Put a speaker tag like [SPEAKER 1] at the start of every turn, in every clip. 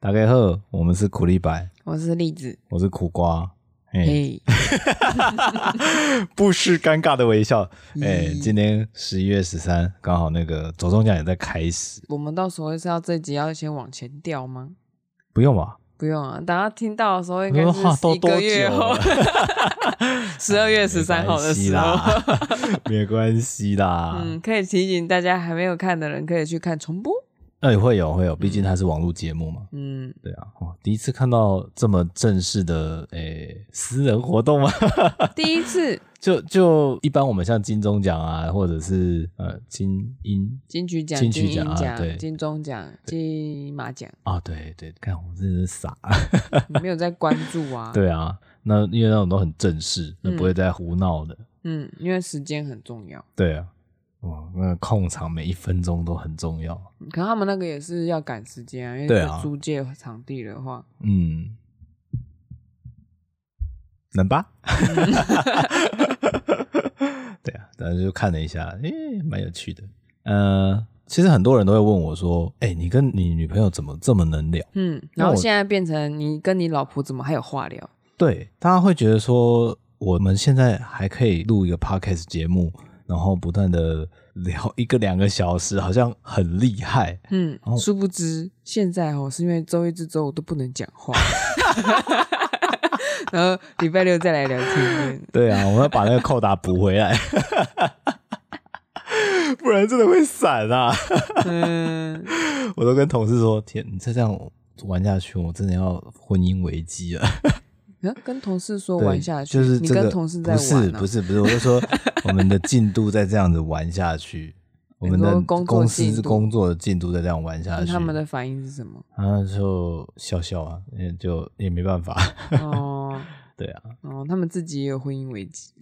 [SPEAKER 1] 大家好，我们是苦力白，
[SPEAKER 2] 我是栗子，
[SPEAKER 1] 我是苦瓜。哎、
[SPEAKER 2] 嘿，
[SPEAKER 1] 不失尴尬的微笑。哎、
[SPEAKER 2] 咦
[SPEAKER 1] 今天十一月十三，刚好那个左中奖也在开始，
[SPEAKER 2] 我们到时候是要这集要先往前调吗？
[SPEAKER 1] 不用吧？
[SPEAKER 2] 不用啊，大家听到的时候应
[SPEAKER 1] 你
[SPEAKER 2] 该
[SPEAKER 1] 说哈
[SPEAKER 2] 是
[SPEAKER 1] 都
[SPEAKER 2] 一个
[SPEAKER 1] 多
[SPEAKER 2] 月
[SPEAKER 1] 久
[SPEAKER 2] 后
[SPEAKER 1] 了，？
[SPEAKER 2] 十二月十三号的时候，
[SPEAKER 1] 候， 没关系啦。
[SPEAKER 2] 嗯，可以提醒大家还没有看的人可以去看重播。
[SPEAKER 1] 哎、会有会有，毕竟它是网络节目嘛。
[SPEAKER 2] 嗯，
[SPEAKER 1] 对啊，哦，第一次看到这么正式的诶、私人活动吗？
[SPEAKER 2] 第一次
[SPEAKER 1] 就就一般我们像金钟奖啊，或者是呃金鹰
[SPEAKER 2] 金曲奖、
[SPEAKER 1] 金曲
[SPEAKER 2] 金鹰
[SPEAKER 1] 奖啊对
[SPEAKER 2] 奖、金钟奖、金 马奖，
[SPEAKER 1] 啊，对对，看我真的是傻。
[SPEAKER 2] 你没有在关注啊？，
[SPEAKER 1] 对啊，那因为那种都很正式，那不会再胡闹的。
[SPEAKER 2] 嗯，因为时间很重要，
[SPEAKER 1] 对啊，哇，那个控场每一分钟都很重要。
[SPEAKER 2] 可他们那个也是要赶时间啊，因
[SPEAKER 1] 对
[SPEAKER 2] 为
[SPEAKER 1] 啊
[SPEAKER 2] 是租借场地的话，
[SPEAKER 1] 嗯，能 吧？对啊，然后就看了一下，诶、蛮有趣的。呃，其实很多人都会问我说：“哎、你跟你女朋友怎么这么能聊
[SPEAKER 2] 嗯，
[SPEAKER 1] 那
[SPEAKER 2] 然后
[SPEAKER 1] 我
[SPEAKER 2] 现在变成你跟你老婆怎么还有话聊？？”
[SPEAKER 1] 对，大家会觉得说，我们现在还可以录一个 podcast 节目，然后不断的聊一个两个小时，好像很厉害。
[SPEAKER 2] 嗯，
[SPEAKER 1] 哦
[SPEAKER 2] 殊不知现在哦，是因为周一至周五都不能讲 话，然后礼拜六再来聊天面。
[SPEAKER 1] 对啊，我们要把那个扣打补回来， 不然真的会散啊。
[SPEAKER 2] 嗯，
[SPEAKER 1] 我都跟同事说：“天，你再这样玩下去，我真的要婚姻危机了。
[SPEAKER 2] 啊跟同事”说
[SPEAKER 1] 对
[SPEAKER 2] 玩下去，
[SPEAKER 1] 就是
[SPEAKER 2] 你
[SPEAKER 1] 这
[SPEAKER 2] 跟
[SPEAKER 1] 个
[SPEAKER 2] 同事在
[SPEAKER 1] 不是
[SPEAKER 2] 玩、啊，
[SPEAKER 1] 不是不是，我就说我们的进度再这样子玩下去，我们的
[SPEAKER 2] 你说工作
[SPEAKER 1] 公司
[SPEAKER 2] 进度
[SPEAKER 1] 工作的进度再这样玩下
[SPEAKER 2] 那
[SPEAKER 1] 去，
[SPEAKER 2] 他们的反应是什么？
[SPEAKER 1] 啊就笑笑啊，也就也没办法。
[SPEAKER 2] 哦
[SPEAKER 1] 对啊，
[SPEAKER 2] 哦，他们自己也有婚姻危机。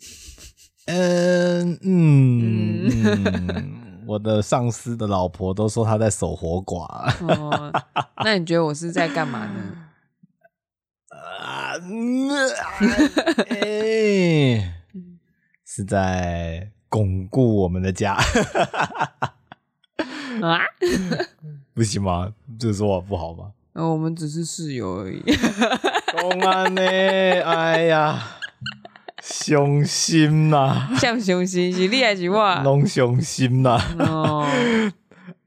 [SPEAKER 1] 嗯嗯嗯，我的上司的老婆都说她在守活寡。
[SPEAKER 2] 哦，那你觉得我是在干嘛呢？
[SPEAKER 1] 啊，嗯啊哎，是在巩固我们的家，
[SPEAKER 2] 啊，
[SPEAKER 1] 不行吗？这说我不好吗？
[SPEAKER 2] 那哦我们只是室友而已。
[SPEAKER 1] 公安呢？哎呀， 雄心 呐、
[SPEAKER 2] 像雄心是你还是 我？
[SPEAKER 1] 弄雄心呐、
[SPEAKER 2] 哦，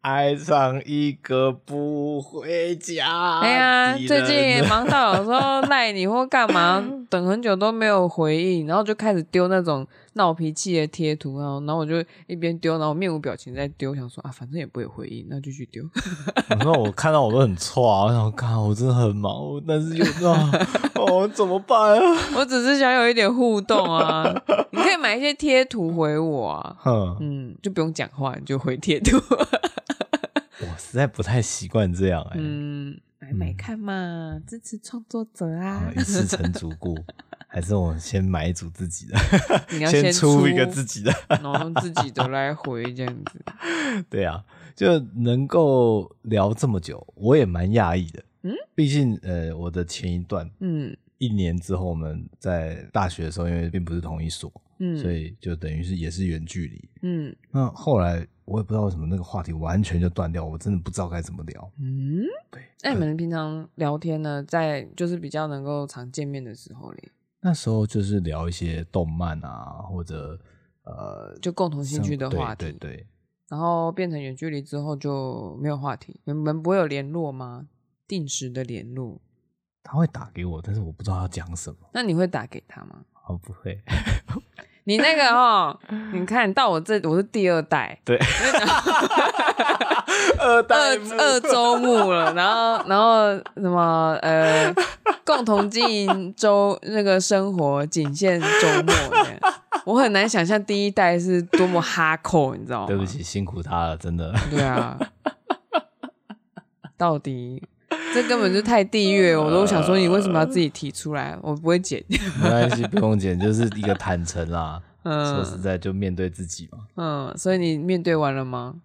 [SPEAKER 1] 爱上一个不回家。
[SPEAKER 2] 哎呀，最近也。 忙到有时候赖你或干嘛，等很久都没有回应，然后就开始丢那种闹脾气的贴图啊，然后我就一边丢，然后面无表情在丢，想说啊，反正也不会有回应，那继续丢。
[SPEAKER 1] 然后我看到我都很错啊，我想，看我真的很忙，我但是又 啊，哦，怎么办啊？
[SPEAKER 2] 我只是想有一点互动啊，你可以买一些贴图回我啊，
[SPEAKER 1] 哼，
[SPEAKER 2] 嗯，就不用讲话，你就回贴图，
[SPEAKER 1] 我实在不太习惯这样哎、
[SPEAKER 2] 嗯，买买看嘛，支持创作者啊
[SPEAKER 1] 啊，一次成主顾，还是我先买一组自己的，
[SPEAKER 2] 你要
[SPEAKER 1] 先
[SPEAKER 2] 出
[SPEAKER 1] 出一个自己的。
[SPEAKER 2] 然后用自己的来回这样子。
[SPEAKER 1] 对啊，就能够聊这么久，我也蛮讶异的。
[SPEAKER 2] 嗯，
[SPEAKER 1] 毕竟呃，我的前一段
[SPEAKER 2] 嗯
[SPEAKER 1] 一年之后，我们在大学的时候，因为并不是同一所，
[SPEAKER 2] 嗯，
[SPEAKER 1] 所以就等于是也是远距离。
[SPEAKER 2] 嗯
[SPEAKER 1] 那后来我也不知道为什么那个话题完全就断掉，我真的不知道该怎么聊。
[SPEAKER 2] 嗯，
[SPEAKER 1] 对，
[SPEAKER 2] 那你们平常聊天呢，在就是比较能够常见面的时候嘞，
[SPEAKER 1] 那时候就是聊一些动漫啊，或者呃，
[SPEAKER 2] 就共同兴趣的话题，
[SPEAKER 1] 对对对。
[SPEAKER 2] 然后变成远距离之后就没有话题，你们不会有联络吗？定时的联络，
[SPEAKER 1] 他会打给我，但是我不知道他讲什么。
[SPEAKER 2] 那你会打给他吗？
[SPEAKER 1] 哦，不会，
[SPEAKER 2] 你 那个哦，你看到我这我是第二代，
[SPEAKER 1] 对，二
[SPEAKER 2] 二二 周目了，然后然后什么呃，共同经营周那个生活仅限周末这样。我很难想象第一代是多么哈扣，你知道吗？
[SPEAKER 1] 对不，起，辛苦他了，真的。
[SPEAKER 2] 对啊，到底这根本就太地狱了，我都想说你为什么要自己提出来？我不会剪，
[SPEAKER 1] 没关系，不用剪，就是一个坦诚啦。说实
[SPEAKER 2] 嗯
[SPEAKER 1] 在，就面对自己嘛。
[SPEAKER 2] 嗯，所以你面对完了吗？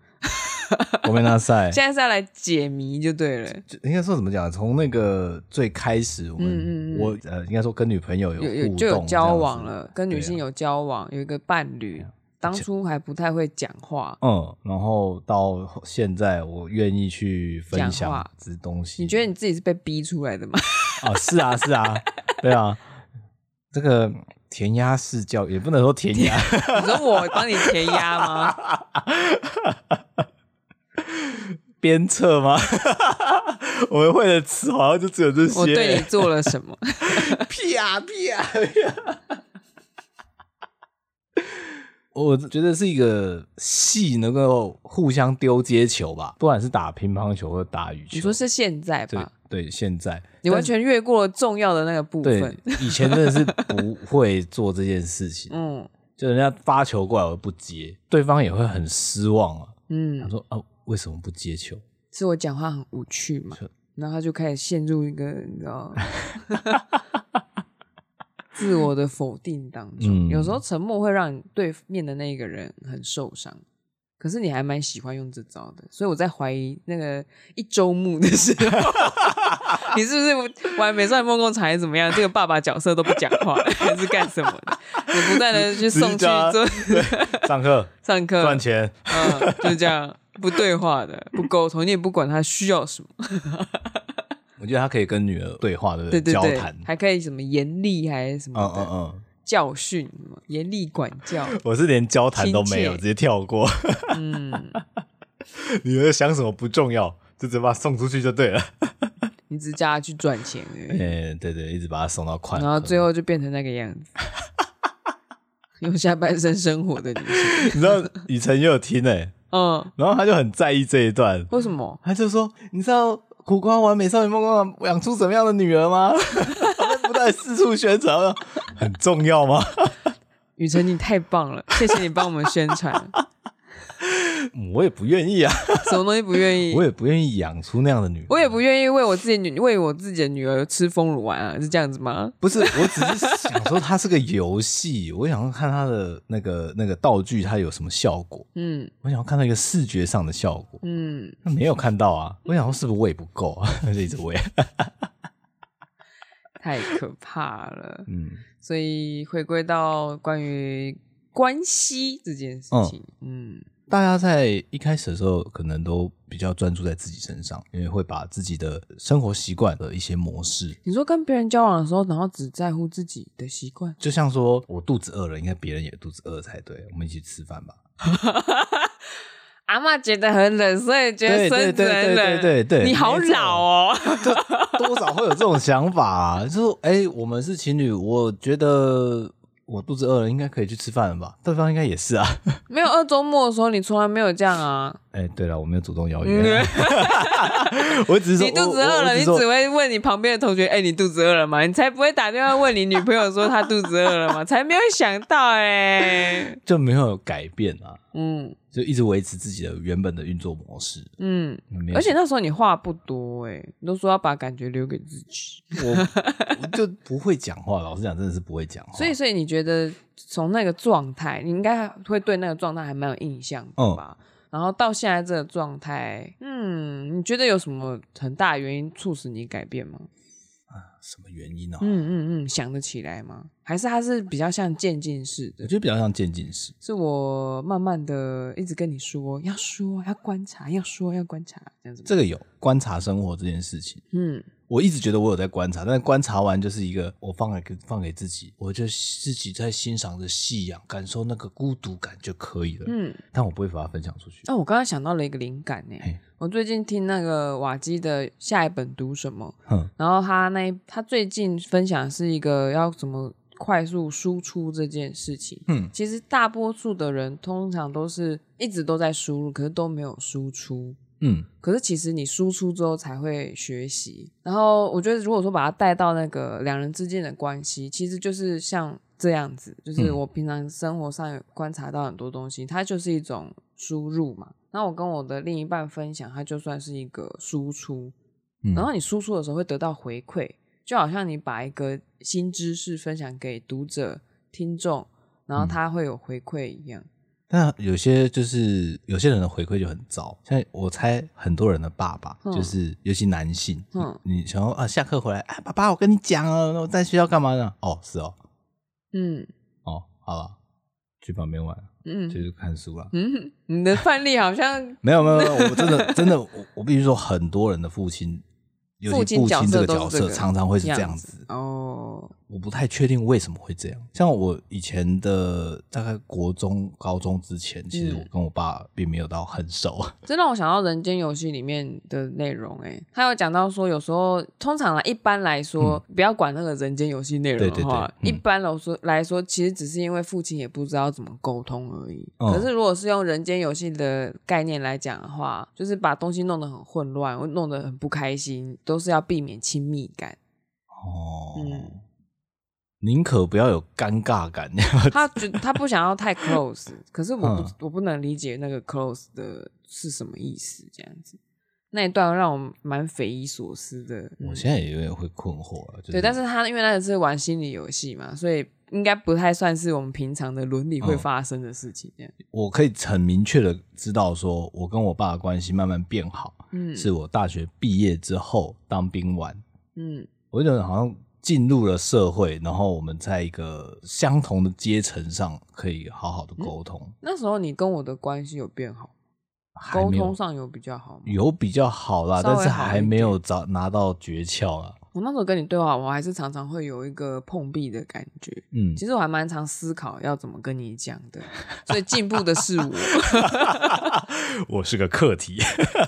[SPEAKER 1] 我没那赛，
[SPEAKER 2] 现在是要来解谜就对了，
[SPEAKER 1] 就应该说怎么讲？从那个最开始，我
[SPEAKER 2] 嗯嗯
[SPEAKER 1] 们
[SPEAKER 2] 嗯
[SPEAKER 1] 我呃，应该说跟女朋友有
[SPEAKER 2] 有
[SPEAKER 1] 互
[SPEAKER 2] 有
[SPEAKER 1] 动，
[SPEAKER 2] 就有交
[SPEAKER 1] 这
[SPEAKER 2] 往
[SPEAKER 1] 样子。啊
[SPEAKER 2] 了，跟女性有交往，有一个伴侣，当初还不太会讲话，
[SPEAKER 1] 嗯，然后到现在我愿意去分
[SPEAKER 2] 讲
[SPEAKER 1] 享
[SPEAKER 2] 话
[SPEAKER 1] 这东西。
[SPEAKER 2] 你觉得你自己是被逼出来的吗？
[SPEAKER 1] 啊、是啊，是啊，对啊，这个填鸭式教育也不能说填鸭，
[SPEAKER 2] 你说我帮你填鸭吗？
[SPEAKER 1] 鞭策吗？ 我们会的词好像就只有这些。
[SPEAKER 2] 我对你做了什 么？
[SPEAKER 1] 屁啊屁啊屁啊！ 我觉得是一个系能够互相丢接球吧，不管是打乒乓球或者打羽球。
[SPEAKER 2] 你说是现在
[SPEAKER 1] 对
[SPEAKER 2] 吧？
[SPEAKER 1] 对，现在
[SPEAKER 2] 你完全越过了重要的那个部
[SPEAKER 1] 对
[SPEAKER 2] 分。
[SPEAKER 1] 以前真的是不会做这件事情，
[SPEAKER 2] 嗯
[SPEAKER 1] 就人家发球过来我不接，对方也会很失望啊。他
[SPEAKER 2] 嗯，
[SPEAKER 1] 说啊，为什么不接 球？
[SPEAKER 2] 是我讲话很无趣嘛
[SPEAKER 1] 是，
[SPEAKER 2] 然后他就开始陷入一个你知道 自我的否定当
[SPEAKER 1] 嗯
[SPEAKER 2] 中。有时候沉默会让你对面的那个人很受伤。可是你还蛮喜欢用这招的，所以我在怀疑那个一周目的时候， 你是不是玩《美少女梦工厂》还是怎么样？这个爸爸角色都不讲话，还是干什么的？你不断的去送去做
[SPEAKER 1] 上课
[SPEAKER 2] 上课
[SPEAKER 1] 赚钱，
[SPEAKER 2] 嗯，就是这样，不对话的，不沟通，你也不管他需要什么，
[SPEAKER 1] 我觉得他可以跟女儿对话，对不
[SPEAKER 2] 对对
[SPEAKER 1] 交
[SPEAKER 2] 对
[SPEAKER 1] 谈，。
[SPEAKER 2] 还可以什么严厉还是什
[SPEAKER 1] 嗯
[SPEAKER 2] 么的、
[SPEAKER 1] 嗯嗯，
[SPEAKER 2] 教训，什么严厉管 教，
[SPEAKER 1] 我是连交谈都没有，
[SPEAKER 2] 亲切
[SPEAKER 1] 直接跳过。
[SPEAKER 2] 嗯，
[SPEAKER 1] 女儿想什么不重要，就直接把她送出去就对 了。
[SPEAKER 2] 你只叫他去赚钱而
[SPEAKER 1] 嗯、
[SPEAKER 2] 已，
[SPEAKER 1] 对对，一直把她送到快乐。
[SPEAKER 2] 然后最后就变成那个样子，用下半身生活的女 性，
[SPEAKER 1] 你知道雨辰也有听哎、
[SPEAKER 2] 嗯，
[SPEAKER 1] 然后他就很在意这一 段，
[SPEAKER 2] 为什么？
[SPEAKER 1] 他就说：“你知道苦瓜玩美少女梦工厂养出什么样的女儿吗？” 他就不断四处宣传，我说很重要吗？
[SPEAKER 2] 雨辰，你太棒了，谢谢你帮我们宣 传。
[SPEAKER 1] 我也不愿意 啊，
[SPEAKER 2] 什么东西不愿意？
[SPEAKER 1] 我也不愿意养出那样的女儿。
[SPEAKER 2] 我也不愿意为我自己女为我自己的女儿吃丰乳丸啊，是这样子吗？
[SPEAKER 1] 不是，我只是想说它是个游戏，我想要看它的那个那个道具它有什么效果，
[SPEAKER 2] 嗯
[SPEAKER 1] 我想要看到一个视觉上的效果。
[SPEAKER 2] 嗯，
[SPEAKER 1] 那没有看到啊，我想说是不是喂不够啊？ 就一直喂。
[SPEAKER 2] 太可怕了。
[SPEAKER 1] 嗯，
[SPEAKER 2] 所以回归到关于关系这件事情，嗯
[SPEAKER 1] 大家在一开始的时候，可能都比较专注在自己身上，因为会把自己的生活习惯的一些模式，
[SPEAKER 2] 你说跟别人交往的时候，然后只在乎自己的习惯，
[SPEAKER 1] 就像说我肚子饿了，应该别人也肚子饿才对，我们一起吃饭吧。
[SPEAKER 2] 阿嬷觉得很冷，所以觉得
[SPEAKER 1] 对
[SPEAKER 2] 身子
[SPEAKER 1] 对对
[SPEAKER 2] 很
[SPEAKER 1] 对
[SPEAKER 2] 冷，
[SPEAKER 1] 对对对
[SPEAKER 2] 你好老哦，
[SPEAKER 1] 多少会有这种想法、啊，就是哎、我们是情侣，我觉得我肚子饿了，应该可以去吃饭了吧？对方应该也是啊。
[SPEAKER 2] 没有二周末的时候，你从来没有这样啊，
[SPEAKER 1] 哎、对了，我没有主动邀约，
[SPEAKER 2] 嗯
[SPEAKER 1] 我只是说
[SPEAKER 2] 你肚子
[SPEAKER 1] 我我
[SPEAKER 2] 饿了，
[SPEAKER 1] 我
[SPEAKER 2] 你只
[SPEAKER 1] 说
[SPEAKER 2] 会问你旁边的同学，哎，你肚子饿了吗？你才不会打电话问你女朋友说她肚子饿了吗？才没有想到哎，
[SPEAKER 1] 就没有改变啊，
[SPEAKER 2] 嗯
[SPEAKER 1] 就一直维持自己的原本的运作模式。
[SPEAKER 2] 嗯，
[SPEAKER 1] 没有
[SPEAKER 2] 而且那时候你话不多哎、你都说要把感觉留给自己，
[SPEAKER 1] 我我就不会讲话，老实讲，真的是不会讲话。
[SPEAKER 2] 所以所以你觉得从那个状态，你应该会对那个状态还蛮有印象
[SPEAKER 1] 嗯
[SPEAKER 2] 的吧？然后到现在这个状态，嗯，你觉得有什么很大的原因促使你改变吗？
[SPEAKER 1] 哦啊什么原因呢、
[SPEAKER 2] 嗯嗯嗯，想得起来吗？还是它是比较像渐进式
[SPEAKER 1] 我
[SPEAKER 2] 的？
[SPEAKER 1] 觉得比较像渐进式，
[SPEAKER 2] 是我慢慢的一直跟你说，要说，要观察，要说，要观察，这样子吗。
[SPEAKER 1] 这个有观察生活这件事情。
[SPEAKER 2] 嗯，
[SPEAKER 1] 我一直觉得我有在观察，但是观察完就是一个我放给放给自己，我就自己在欣赏着夕阳，感受那个孤独感就可以了。
[SPEAKER 2] 嗯，哦
[SPEAKER 1] 但我不会把它分享出去。
[SPEAKER 2] 那、我刚刚想到了一个灵感呢、
[SPEAKER 1] 嘿
[SPEAKER 2] 我最近听那个瓦基的下一本读什么，
[SPEAKER 1] 哼，
[SPEAKER 2] 然后他那一他最近分享的是一个要怎么快速输出这件事情。
[SPEAKER 1] 嗯
[SPEAKER 2] 其实大多数的人通常都是一直都在输入，可是都没有输出。
[SPEAKER 1] 嗯
[SPEAKER 2] 可是其实你输出之后才会学习。然后我觉得，如果说把它带到那个两人之间的关系，其实就是像这样子，就是
[SPEAKER 1] 嗯
[SPEAKER 2] 我平常生活上有观察到很多东西，它就是一种输入嘛。那我跟我的另一半分享，它就算是一个输出。
[SPEAKER 1] 嗯，
[SPEAKER 2] 然后你输出的时候会得到回馈，就好像你把一个新知识分享给读者、听众，然
[SPEAKER 1] 嗯
[SPEAKER 2] 后他会有回馈一样。
[SPEAKER 1] 但有些就是有些人的回馈就很糟，像我猜很多人的爸爸、
[SPEAKER 2] 嗯
[SPEAKER 1] 就是，尤其男性，
[SPEAKER 2] 嗯
[SPEAKER 1] 你想要啊下课回来，啊爸爸我跟你讲哦，我在学校干嘛呢？哦是哦
[SPEAKER 2] 嗯，
[SPEAKER 1] 哦好了，去旁边玩，
[SPEAKER 2] 嗯
[SPEAKER 1] 就是看书啦。
[SPEAKER 2] 嗯，你的范例好像
[SPEAKER 1] 没有没有没有，我真的真的，我我必须说，很多人的父亲，尤
[SPEAKER 2] 父
[SPEAKER 1] 其
[SPEAKER 2] 亲
[SPEAKER 1] 父
[SPEAKER 2] 角
[SPEAKER 1] 亲这
[SPEAKER 2] 色
[SPEAKER 1] 个
[SPEAKER 2] 都
[SPEAKER 1] 角
[SPEAKER 2] 是这
[SPEAKER 1] 色，
[SPEAKER 2] 个
[SPEAKER 1] 常常会是这样
[SPEAKER 2] 样
[SPEAKER 1] 子。
[SPEAKER 2] 哦，
[SPEAKER 1] 我不太确定为什么会这样。像我以前的大概国中、高中之前，其实
[SPEAKER 2] 嗯
[SPEAKER 1] 我跟我爸并没有到很熟。
[SPEAKER 2] 这让我想到《人间游戏》里面的内容、欸，哎，他有讲到说，有时候通常啦，一般来说，不要管那个《人间游戏》内容
[SPEAKER 1] 嗯对对
[SPEAKER 2] 的
[SPEAKER 1] 对
[SPEAKER 2] 话，
[SPEAKER 1] 嗯
[SPEAKER 2] 一般来说来说，其实只是因为父亲也不知道怎么沟通而已。
[SPEAKER 1] 嗯
[SPEAKER 2] 可是如果是用《人间游戏》的概念来讲的话，就是把东西弄得很混乱，弄得很不开心，都是要避免亲密感。
[SPEAKER 1] 哦，
[SPEAKER 2] 嗯
[SPEAKER 1] 宁可不要有尴尬感。
[SPEAKER 2] 他觉他不想要太 close，可 是我不、
[SPEAKER 1] 嗯
[SPEAKER 2] 我不能理解那个 close 的是什么意思，这样子。那一段让我蛮匪夷所思的。嗯
[SPEAKER 1] 我现在也有点会困惑了。就
[SPEAKER 2] 对，但是他因为那个是玩心理游戏嘛，所以应该不太算是我们平常的伦理会
[SPEAKER 1] 嗯
[SPEAKER 2] 发生的事情。这样，
[SPEAKER 1] 我可以很明确的知道，说我跟我爸的关系慢慢变好，
[SPEAKER 2] 嗯
[SPEAKER 1] 是我大学毕业之后当兵完，
[SPEAKER 2] 嗯
[SPEAKER 1] 我就觉得好像进入了社会，然后我们在一个相同的阶层上可以好好
[SPEAKER 2] 嗯
[SPEAKER 1] 的沟通，
[SPEAKER 2] 那时候你跟我的关系有变好，
[SPEAKER 1] 还
[SPEAKER 2] 沟
[SPEAKER 1] 没有
[SPEAKER 2] 通上有比较好吗？
[SPEAKER 1] 有比较好啦，
[SPEAKER 2] 稍微
[SPEAKER 1] 但是
[SPEAKER 2] 好一
[SPEAKER 1] 还没有找拿到诀窍啦。
[SPEAKER 2] 我那时候跟你对话，我还是常常会有一个碰壁的感觉。
[SPEAKER 1] 嗯，
[SPEAKER 2] 其实我还蛮常思考要怎么跟你讲的，所以进步的是 我。
[SPEAKER 1] 我是个课题。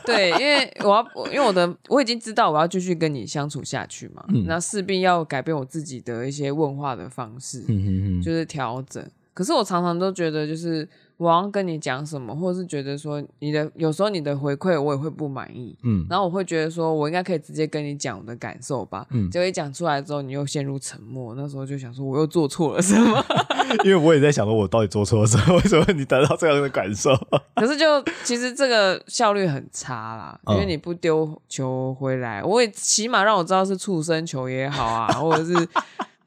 [SPEAKER 2] 对，因为我要，我因为我的我已经知道我要继续跟你相处下去嘛，那势必要改变我自己的一些问话的方式，
[SPEAKER 1] 嗯嗯
[SPEAKER 2] 就是调整。可是我常常都觉得，就是我要跟你讲什么，或者是觉得说你的有时候你的回馈我也会不满意，
[SPEAKER 1] 嗯，
[SPEAKER 2] 然后我会觉得说我应该可以直接跟你讲我的感受吧，结果一讲出来之后你又陷入沉默，那时候就想说我又做错了什么，
[SPEAKER 1] 因为我也在想说，我到底做错了什么？ 为什么你得到这样的感受？
[SPEAKER 2] 可是就其实这个效率很差啦，因
[SPEAKER 1] 嗯
[SPEAKER 2] 为你不丢球回来，我也起码让我知道是畜生球也好啊，或者是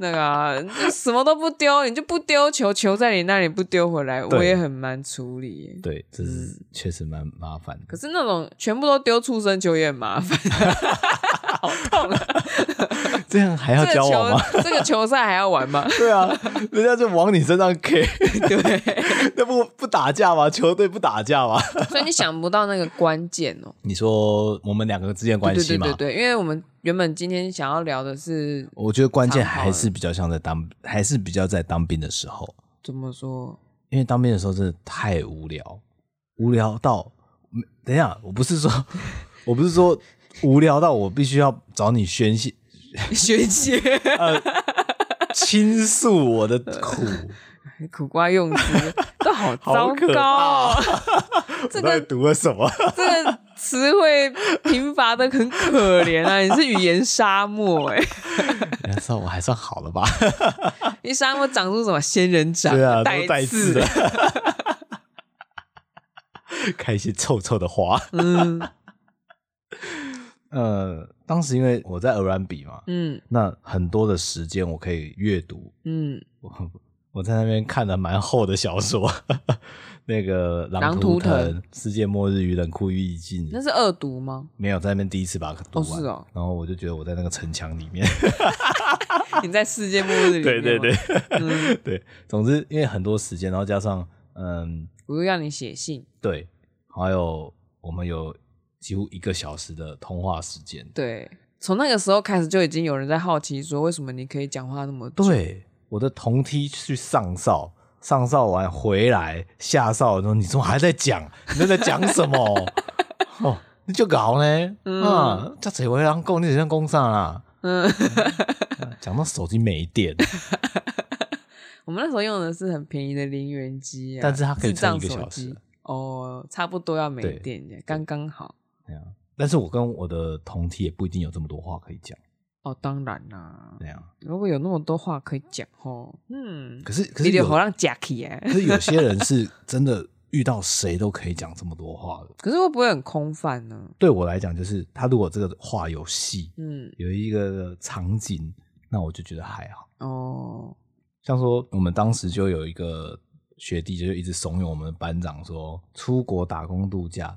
[SPEAKER 2] 那个啊、就什么都不丢，你就不丢球，球在你那里不丢回来，
[SPEAKER 1] 对
[SPEAKER 2] 我也很难处理耶。
[SPEAKER 1] 对，这是确实蛮麻烦的。
[SPEAKER 2] 可是那种全部都丢畜生球也很麻烦，好痛啊！
[SPEAKER 1] 这样还要
[SPEAKER 2] 这个
[SPEAKER 1] 交往吗？？
[SPEAKER 2] 球这个球赛还要玩吗
[SPEAKER 1] 对啊，人家就往你身上 K，
[SPEAKER 2] 对，
[SPEAKER 1] 那不不打架吗？球队不打架吗？
[SPEAKER 2] 所以你想不到那个关键哦、
[SPEAKER 1] 你说我们两个之间的关
[SPEAKER 2] 对
[SPEAKER 1] 系
[SPEAKER 2] 对
[SPEAKER 1] 嘛？
[SPEAKER 2] 对对，因为我们原本今天想要聊的是
[SPEAKER 1] 我觉得关键还是比较像在当，还是比较在当兵的时候，
[SPEAKER 2] 怎么说？
[SPEAKER 1] 因为当兵的时候真的太无聊，无聊到嗯等一下，我不是说， 我不是说无聊到我必须要找你宣泄、
[SPEAKER 2] 学姐，
[SPEAKER 1] 倾诉我的苦，
[SPEAKER 2] 苦瓜用词都好糟
[SPEAKER 1] 好可
[SPEAKER 2] 糕、
[SPEAKER 1] 怕
[SPEAKER 2] 哦，
[SPEAKER 1] 我到底读了什 么？
[SPEAKER 2] 这个词汇贫乏的很可怜啊！你是语言沙漠哎、
[SPEAKER 1] 算我还算好了吧？
[SPEAKER 2] 你沙漠长出什么仙人掌？
[SPEAKER 1] 对 啊，
[SPEAKER 2] 带
[SPEAKER 1] 都带刺
[SPEAKER 2] 刺
[SPEAKER 1] 的，开一些臭臭的花。
[SPEAKER 2] 嗯
[SPEAKER 1] 呃，当时因为我在鹅銮比嘛，
[SPEAKER 2] 嗯
[SPEAKER 1] 那很多的时间我可以阅读，
[SPEAKER 2] 嗯，
[SPEAKER 1] 我我在那边看了蛮厚的小说， 那个《
[SPEAKER 2] 狼
[SPEAKER 1] 图
[SPEAKER 2] 图腾
[SPEAKER 1] 世界末日与冷酷意境》，
[SPEAKER 2] 那是恶毒吗？
[SPEAKER 1] 没有在那边第一次把它读
[SPEAKER 2] 哦
[SPEAKER 1] 完，
[SPEAKER 2] 是哦
[SPEAKER 1] 然后我就觉得我在那个城墙里面，
[SPEAKER 2] 你在世界末日里面
[SPEAKER 1] 对
[SPEAKER 2] 吗
[SPEAKER 1] 对对、对，总之因为很多时间，然后加上嗯
[SPEAKER 2] 我又让你写信，
[SPEAKER 1] 对，还有我们有几乎一个小时的通话时间，
[SPEAKER 2] 对，从那个时候开始就已经有人在好奇说，为什么你可以讲话那么多？
[SPEAKER 1] 对，我的同梯去上哨，上哨完回来下哨的时候，你怎么还在讲？你都在讲什么？哦，你就搞呢？
[SPEAKER 2] 嗯
[SPEAKER 1] 啊，叫谁回来供？你像供上啦？
[SPEAKER 2] 嗯，
[SPEAKER 1] 啊 讲到手机没电，
[SPEAKER 2] 我们那时候用的是很便宜的零元机、啊，
[SPEAKER 1] 但是它可以
[SPEAKER 2] 智障
[SPEAKER 1] 撑一个
[SPEAKER 2] 手
[SPEAKER 1] 小时
[SPEAKER 2] 机哦，差不多要没
[SPEAKER 1] 对
[SPEAKER 2] 电这样，刚刚好。
[SPEAKER 1] 对啊。但是我跟我的同梯也不一定有这么多话可以讲，
[SPEAKER 2] 哦，当然啦、
[SPEAKER 1] 那样。
[SPEAKER 2] 如果有那么多话可以讲哦，嗯，
[SPEAKER 1] 可是可
[SPEAKER 2] 你
[SPEAKER 1] 是
[SPEAKER 2] 就
[SPEAKER 1] 有
[SPEAKER 2] 好让假起哎
[SPEAKER 1] 可。是有些 人是真的遇到谁都可以讲这么多话的。
[SPEAKER 2] 可是会不会很空泛呢？
[SPEAKER 1] 对我来讲，就是他如果这个话有戏，
[SPEAKER 2] 嗯，
[SPEAKER 1] 有一个场景，那我就觉得还好。
[SPEAKER 2] 哦，
[SPEAKER 1] 像说我们当时就有一个学弟，就是一直怂恿我们班长说，出国打工度假，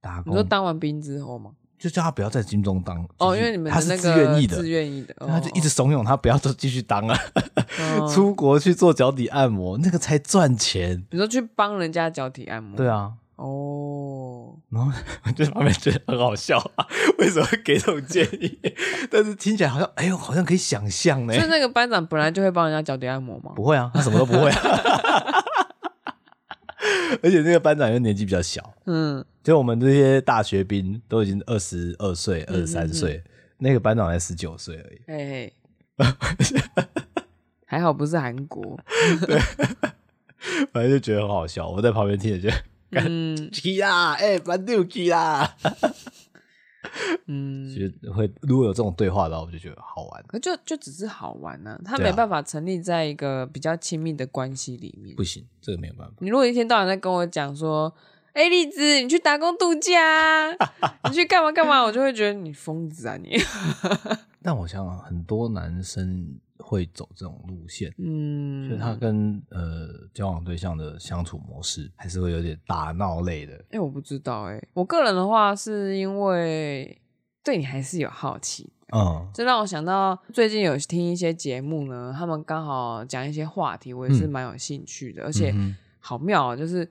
[SPEAKER 1] 打
[SPEAKER 2] 你说
[SPEAKER 1] 工
[SPEAKER 2] 当完兵之后吗？
[SPEAKER 1] 就叫他不要在金钟当
[SPEAKER 2] 哦，
[SPEAKER 1] 哦就是
[SPEAKER 2] 因为你们
[SPEAKER 1] 他
[SPEAKER 2] 的
[SPEAKER 1] 是
[SPEAKER 2] 那
[SPEAKER 1] 自愿
[SPEAKER 2] 个
[SPEAKER 1] 意的，
[SPEAKER 2] 自愿意的，哦
[SPEAKER 1] 他就一直怂恿他不要再继续当啊，
[SPEAKER 2] 哦
[SPEAKER 1] 出国去做脚底按摩，那个才赚钱。
[SPEAKER 2] 你说去帮人家脚底按摩，
[SPEAKER 1] 对，啊，
[SPEAKER 2] 哦，
[SPEAKER 1] 然后 我就旁边觉得很好笑啊，为什么会给这种建议？ 但是听起来好像，哎呦，好像可以想象呢
[SPEAKER 2] 所。以那个班长本来就会帮人家脚底按摩嘛，
[SPEAKER 1] 哎不会啊，他什么都不会、啊。 而且那个班长因为年纪比较小，
[SPEAKER 2] 嗯，
[SPEAKER 1] 就我们这些大学兵都已经二十二岁、二十三岁，那个班长才十九岁而已。
[SPEAKER 2] 嘿嘿，还好不是韩国，
[SPEAKER 1] 反正就觉得很好笑，我在旁边听着就
[SPEAKER 2] 嗯
[SPEAKER 1] 起啦，哎、班长起啦，
[SPEAKER 2] 嗯，
[SPEAKER 1] 就会如果有这种对话的话，我就觉得好玩，
[SPEAKER 2] 可就就只是好玩呢、啊，他
[SPEAKER 1] 对啊
[SPEAKER 2] 没办法成立在一个比较亲密的关系里面
[SPEAKER 1] 不。行，这个没有办法。
[SPEAKER 2] 你如果一天到晚在跟我讲说，哎、栗子，你去打工度 假，啊你去干嘛干嘛，我就会觉得你疯子啊你。
[SPEAKER 1] 但我想很多男生会走这种路线，
[SPEAKER 2] 嗯，
[SPEAKER 1] 就是他跟呃交往对象的相处模式还是会有点打闹类的。
[SPEAKER 2] 哎、我不知道哎、我个人的话是因为对你还是有好奇，
[SPEAKER 1] 嗯
[SPEAKER 2] 这让我想到最近有听一些节目呢，他们刚好讲一些话题，我也是
[SPEAKER 1] 嗯
[SPEAKER 2] 蛮有兴趣的，而且
[SPEAKER 1] 嗯哼
[SPEAKER 2] 好妙啊、就是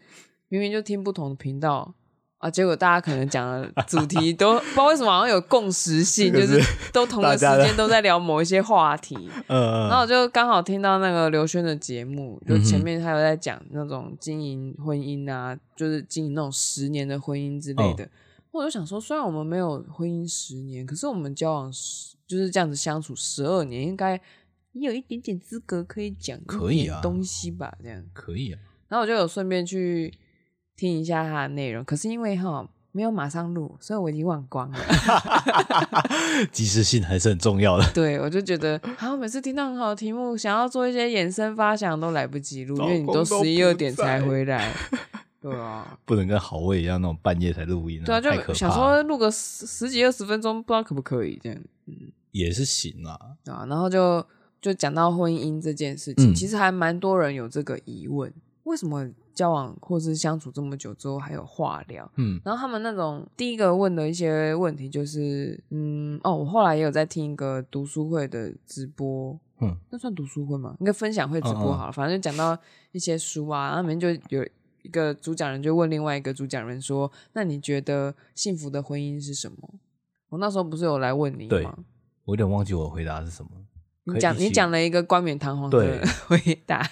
[SPEAKER 2] 明明就听不同的频道。啊，结果大家可能讲的主 题都不知道为什么好像有共识性，
[SPEAKER 1] 这个
[SPEAKER 2] 就
[SPEAKER 1] 是
[SPEAKER 2] 是都同个
[SPEAKER 1] 大
[SPEAKER 2] 时
[SPEAKER 1] 家的
[SPEAKER 2] 间都在聊某一些 话题。然后
[SPEAKER 1] 呃
[SPEAKER 2] 我就刚好听到那个刘轩的节目，
[SPEAKER 1] 嗯
[SPEAKER 2] 就前面他有在讲那种经营婚姻啊，就是经营那种十年的婚姻之类
[SPEAKER 1] 嗯
[SPEAKER 2] 的。我就想说，虽然我们没有婚姻十年，可是我们交往十就是这样子相处十二年，应该也有一点点资格可以讲
[SPEAKER 1] 可以啊
[SPEAKER 2] 一点东西吧？这样，
[SPEAKER 1] 可以啊，
[SPEAKER 2] 然后我就有顺便去听一下他的内容，可是因为哈没有马上录，所以我已经忘光了。
[SPEAKER 1] 及时性还是很重要的。
[SPEAKER 2] 对，我就觉得，啊，我每次听到很好的题目，想要做一些衍生发想都来不及录，因为你
[SPEAKER 1] 老
[SPEAKER 2] 都
[SPEAKER 1] 公都
[SPEAKER 2] 十一
[SPEAKER 1] 不
[SPEAKER 2] 二点才
[SPEAKER 1] 在
[SPEAKER 2] 回来。对啊，
[SPEAKER 1] 不能跟好味一样那种半夜才录音、
[SPEAKER 2] 对啊，
[SPEAKER 1] 太可
[SPEAKER 2] 就
[SPEAKER 1] 怕
[SPEAKER 2] 想
[SPEAKER 1] 了。
[SPEAKER 2] 说录个十十几二十分钟，不知道可不可以这样
[SPEAKER 1] 也是行啦，
[SPEAKER 2] 对啊。然后就就讲到婚姻这件事情，
[SPEAKER 1] 嗯
[SPEAKER 2] 其实还蛮多人有这个疑问，为什么交往或是相处这么久之后还有话聊？
[SPEAKER 1] 嗯
[SPEAKER 2] 然后他们那种第一个问的一些问题就是，嗯，哦，我后来也有在听一个读书会的直播，
[SPEAKER 1] 嗯
[SPEAKER 2] 那算读书会吗？应该分享会直播好了，反正就讲到一些书啊，然后里面就有一个主讲人就问另外一个主讲人说：“那你觉得幸福的婚姻是什么？”我那时候不是有来问你
[SPEAKER 1] 对
[SPEAKER 2] 吗？
[SPEAKER 1] 我有点忘记我的回答是什么。可
[SPEAKER 2] 你
[SPEAKER 1] 以
[SPEAKER 2] 讲
[SPEAKER 1] 一起
[SPEAKER 2] 你讲了一个冠冕堂皇
[SPEAKER 1] 对
[SPEAKER 2] 的回答，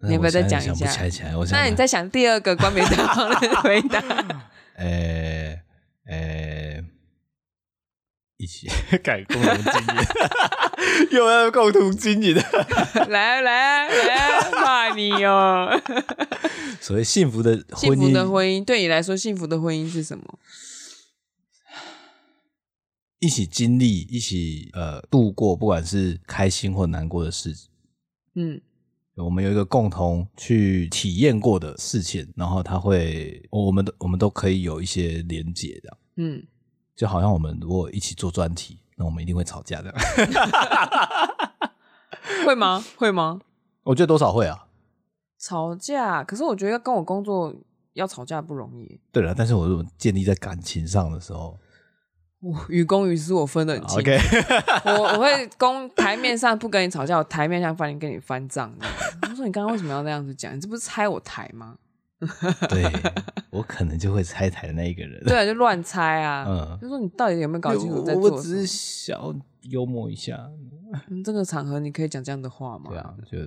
[SPEAKER 1] 但
[SPEAKER 2] 你
[SPEAKER 1] 是
[SPEAKER 2] 要不
[SPEAKER 1] 我
[SPEAKER 2] 要再
[SPEAKER 1] 现在
[SPEAKER 2] 讲一
[SPEAKER 1] 想不
[SPEAKER 2] 下
[SPEAKER 1] 起来起来，我想
[SPEAKER 2] 那你再想第二个冠冕堂皇的回答，
[SPEAKER 1] 诶诶，呃一起 改共同经营， 又要共同经营。
[SPEAKER 2] 来啊来啊来啊，骂你哦！
[SPEAKER 1] 所谓幸福的
[SPEAKER 2] 幸
[SPEAKER 1] 婚
[SPEAKER 2] 福
[SPEAKER 1] 姻，
[SPEAKER 2] 的婚姻对你来说，幸福的婚姻是什么？
[SPEAKER 1] 一起经历，一起呃度过，不管是开心或难过的事，
[SPEAKER 2] 嗯
[SPEAKER 1] 我们有一个共同去体验过的事情，然后它会，我我们都我们都可以有一些连结的，
[SPEAKER 2] 嗯，
[SPEAKER 1] 就好像我们如果一起做专题，那我们一定会吵架的。
[SPEAKER 2] 会吗？会吗？
[SPEAKER 1] 我觉得多少会啊。
[SPEAKER 2] 吵架，可是我觉得跟我工作要吵架不容易。
[SPEAKER 1] 对了，但是我如果建立在感情上的时候
[SPEAKER 2] 我于公于私我分得很清，
[SPEAKER 1] 啊，OK，
[SPEAKER 2] 我我会公台面上不跟你吵架，我台面上翻跟你翻账。这样 我说你刚刚为什么要那样子讲？你这不是拆我台吗？
[SPEAKER 1] 对我可能就会拆台的那一个人。
[SPEAKER 2] 对啊，就乱拆啊。
[SPEAKER 1] 嗯
[SPEAKER 2] 就说你到底有没有搞清楚在
[SPEAKER 1] 我我
[SPEAKER 2] 做
[SPEAKER 1] 我
[SPEAKER 2] 什
[SPEAKER 1] 只是
[SPEAKER 2] 么？
[SPEAKER 1] 想要幽默一下，
[SPEAKER 2] 嗯这个场合你可以讲这样的话吗？
[SPEAKER 1] 对啊，就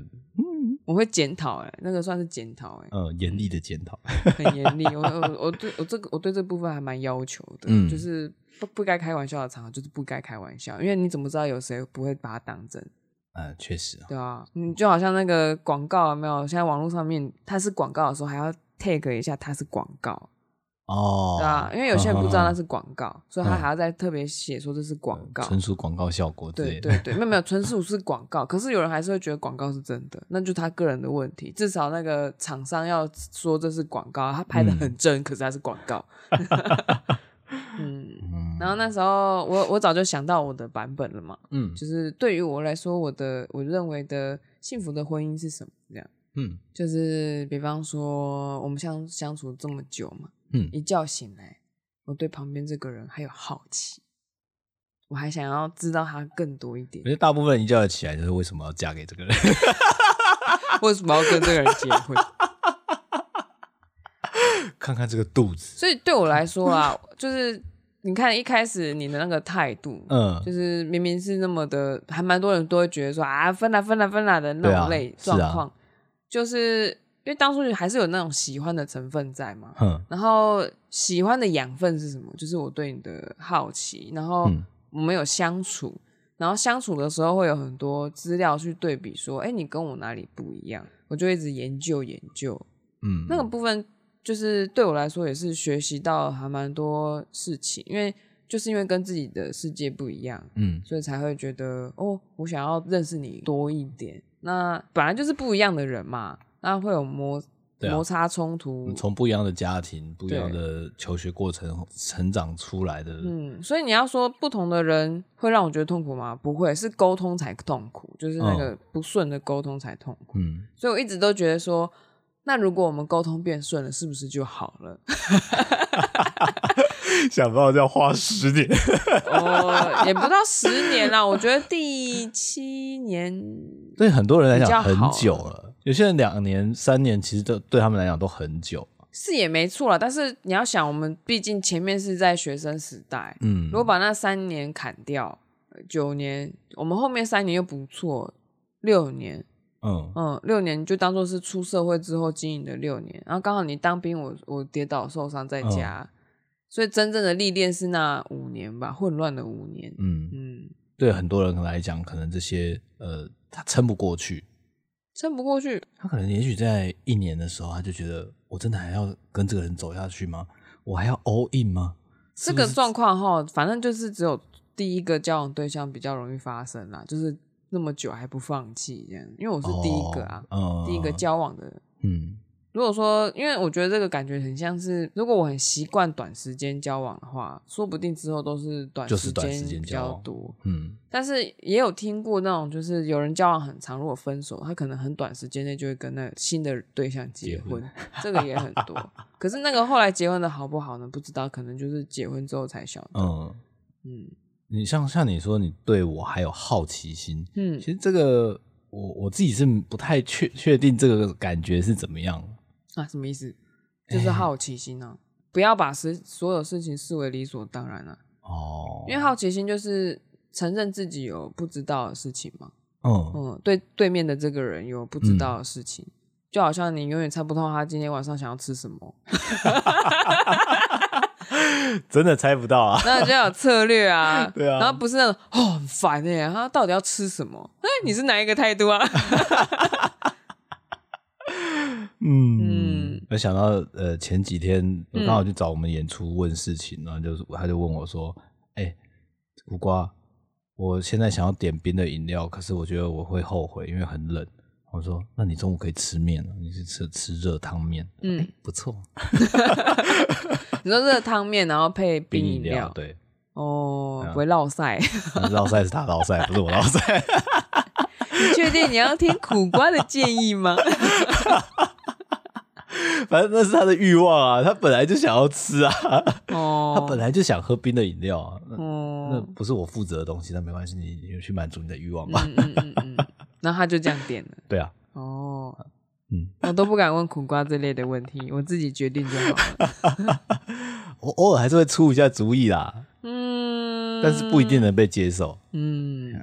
[SPEAKER 2] 我会检讨哎，那个算是检讨哎，
[SPEAKER 1] 呃严厉的检讨。
[SPEAKER 2] 很严厉。我我我对我这个我对这部分还蛮要求的，
[SPEAKER 1] 嗯
[SPEAKER 2] 就是不不该开玩笑的场合就是不该开玩笑，因为你怎么知道有谁不会把它当真？
[SPEAKER 1] 嗯，确实啊，
[SPEAKER 2] 对啊，你就好像那个广告有没有？现在网络上面它是广告的时候，还要 tag 一下它是广告，
[SPEAKER 1] 哦，
[SPEAKER 2] 对啊，因为有些人不知道那
[SPEAKER 1] 嗯
[SPEAKER 2] 是广告，所以他
[SPEAKER 1] 嗯
[SPEAKER 2] 还要再特别写说这是广告。
[SPEAKER 1] 纯属广告效果之
[SPEAKER 2] 对
[SPEAKER 1] 类
[SPEAKER 2] 对
[SPEAKER 1] 的。
[SPEAKER 2] 对，没有没有，纯属是广告。可是有人还是会觉得广告是真的，那就他个人的问题。至少那个厂商要说这是广告，他
[SPEAKER 1] 嗯
[SPEAKER 2] 拍的很真，可是他是广告。嗯，
[SPEAKER 1] 嗯
[SPEAKER 2] 然后那时候我我早就想到我的版本了嘛，
[SPEAKER 1] 嗯
[SPEAKER 2] 就是对于我来说，我的我认为的幸福的婚姻是什么？这样
[SPEAKER 1] 嗯
[SPEAKER 2] 就是，比方说我们相相处这么久嘛，
[SPEAKER 1] 嗯
[SPEAKER 2] 一觉醒来，我对旁边这个人还有好奇，我还想要知道他更多一点
[SPEAKER 1] 我觉。得大部分人一叫得起来就是为什么要嫁给这个人，
[SPEAKER 2] 为什么要跟这个人结婚？
[SPEAKER 1] 看看这个肚子，
[SPEAKER 2] 所以对我来说啊，就是你看一开始你的那个态度，
[SPEAKER 1] 嗯，
[SPEAKER 2] 就是明明是那么的，还蛮多人都会觉得说啊，分啦分啦分啦的那种类
[SPEAKER 1] 对啊是啊
[SPEAKER 2] 状况，就是因为当初还是有那种喜欢的成分在嘛。
[SPEAKER 1] 哼，
[SPEAKER 2] 然后喜欢的养分是什么？就是我对你的好奇，然后
[SPEAKER 1] 嗯
[SPEAKER 2] 我们有相处，然后相处的时候会有很多资料去对比，说，哎，你跟我哪里不一样？我就一直研究研究，
[SPEAKER 1] 嗯，
[SPEAKER 2] 那个部分就是对我来说也是学习到还蛮多事情，因为就是因为跟自己的世界不一样，
[SPEAKER 1] 嗯
[SPEAKER 2] 所以才会觉得哦，我想要认识你多一点。那本来就是不一样的人嘛，那会有摩
[SPEAKER 1] 对啊
[SPEAKER 2] 摩擦冲突，
[SPEAKER 1] 从不一样的家庭、不一样的求学过程成长出来的，
[SPEAKER 2] 嗯，所以你要说不同的人会让我觉得痛苦吗？不会，是沟通才痛苦，就是那个不顺的沟通才痛苦。
[SPEAKER 1] 嗯，
[SPEAKER 2] 所以我一直都觉得说，那如果我们沟通变顺了，是不是就好了？
[SPEAKER 1] 想到要花十年，
[SPEAKER 2] 哦，也不到十年啦，我觉得第七年，
[SPEAKER 1] 对很多人来讲
[SPEAKER 2] 比
[SPEAKER 1] 很
[SPEAKER 2] 较好啊
[SPEAKER 1] 久了，有些人两年、三年，其实都对他们来讲都很久，
[SPEAKER 2] 是也没错啦。但是你要想，我们毕竟前面是在学生时代，
[SPEAKER 1] 嗯
[SPEAKER 2] 如，果把那三年砍掉，呃九年，我们后面三年又不错，六年，
[SPEAKER 1] 嗯，
[SPEAKER 2] 嗯，六年就当做是出社会之后经营的六年。然后刚好你当兵我，我跌倒受伤在家，
[SPEAKER 1] 哦
[SPEAKER 2] 所以真正的历练是那五年吧，混乱的五年。
[SPEAKER 1] 嗯，
[SPEAKER 2] 嗯，
[SPEAKER 1] 对很多人来讲，可能这些呃，他撑不过去，
[SPEAKER 2] 撑不过去，
[SPEAKER 1] 他可能也许在一年的时候，他就觉得我真的还要跟这个人走下去吗？我还要 all in 吗？
[SPEAKER 2] 这
[SPEAKER 1] 不
[SPEAKER 2] 个
[SPEAKER 1] 是
[SPEAKER 2] 状况哈，反正就是只有第一个交往对象比较容易发生啦，就是那么久还不放弃这样，因为我是第一个啊，
[SPEAKER 1] 哦嗯，
[SPEAKER 2] 第一个交往的。
[SPEAKER 1] 嗯
[SPEAKER 2] 如果说，因为我觉得这个感觉很像是，如果我很习惯短时间交往的话，说不定之后都是短
[SPEAKER 1] 就是短时间
[SPEAKER 2] 间比
[SPEAKER 1] 交
[SPEAKER 2] 较
[SPEAKER 1] 往
[SPEAKER 2] 多。
[SPEAKER 1] 嗯
[SPEAKER 2] 但是也有听过那种，就是有人交往很长，如果分手，他可能很短时间内就会跟那个新的对象结
[SPEAKER 1] 结婚
[SPEAKER 2] 婚，这个也很 多。可是那个后来结婚的好不好呢？不知道，可能就是结婚之后才晓得。
[SPEAKER 1] 嗯，
[SPEAKER 2] 嗯
[SPEAKER 1] 你像像你说，你对我还有好奇心，
[SPEAKER 2] 嗯
[SPEAKER 1] 其，实这个我我自己是不太确确定这个感觉是怎么样。
[SPEAKER 2] 啊，什么意思？就是
[SPEAKER 1] 哎
[SPEAKER 2] 好奇心啊，不要把事所有事情视为理所当然啊，
[SPEAKER 1] 哦，
[SPEAKER 2] 因为好奇心就是承认自己有不知道的事情嘛。
[SPEAKER 1] 嗯
[SPEAKER 2] 嗯，对，对面的这个人有不知道的事情，就好像你永远猜不透他今天晚上想要吃什么。
[SPEAKER 1] 真的猜不到啊。
[SPEAKER 2] 那就要有策略啊，
[SPEAKER 1] 对啊
[SPEAKER 2] 然后不是那种哦很烦哎、他到底要吃什么？ 哎、你是哪一个态度啊？
[SPEAKER 1] 嗯
[SPEAKER 2] 嗯，
[SPEAKER 1] 我想到呃前几天我
[SPEAKER 2] 嗯
[SPEAKER 1] 刚好去找我们演出问事情，然后就是他就问我说：“哎、苦瓜，我现在想要点冰的饮料，可是我觉得我会后悔，因为很冷。”我说：“那你中午可以吃面啊，你是吃吃热汤面，
[SPEAKER 2] 嗯
[SPEAKER 1] 哎不错，
[SPEAKER 2] 你说热汤面，然后配冰饮料，
[SPEAKER 1] 对，
[SPEAKER 2] 哦
[SPEAKER 1] 对，啊
[SPEAKER 2] 不会落晒。
[SPEAKER 1] 老赛是他老赛，不是我老赛。”
[SPEAKER 2] 你确定你要听苦瓜的建议吗？
[SPEAKER 1] 反正那是他的欲望啊，他本来就想要吃啊，
[SPEAKER 2] 哦，
[SPEAKER 1] 他本来就想喝冰的饮料啊。那那
[SPEAKER 2] 哦，
[SPEAKER 1] 不是我负责的东西，那没关系，你你去满足你的欲望吧。
[SPEAKER 2] 嗯嗯嗯嗯，然后他就这样点了。
[SPEAKER 1] 对啊，
[SPEAKER 2] 哦，
[SPEAKER 1] 嗯，
[SPEAKER 2] 我都不敢问苦瓜这类的问题，我自己决定就 好了。
[SPEAKER 1] 我偶尔还是会出一下主意啦，
[SPEAKER 2] 嗯，
[SPEAKER 1] 但是不一定哎能被接受。
[SPEAKER 2] 嗯，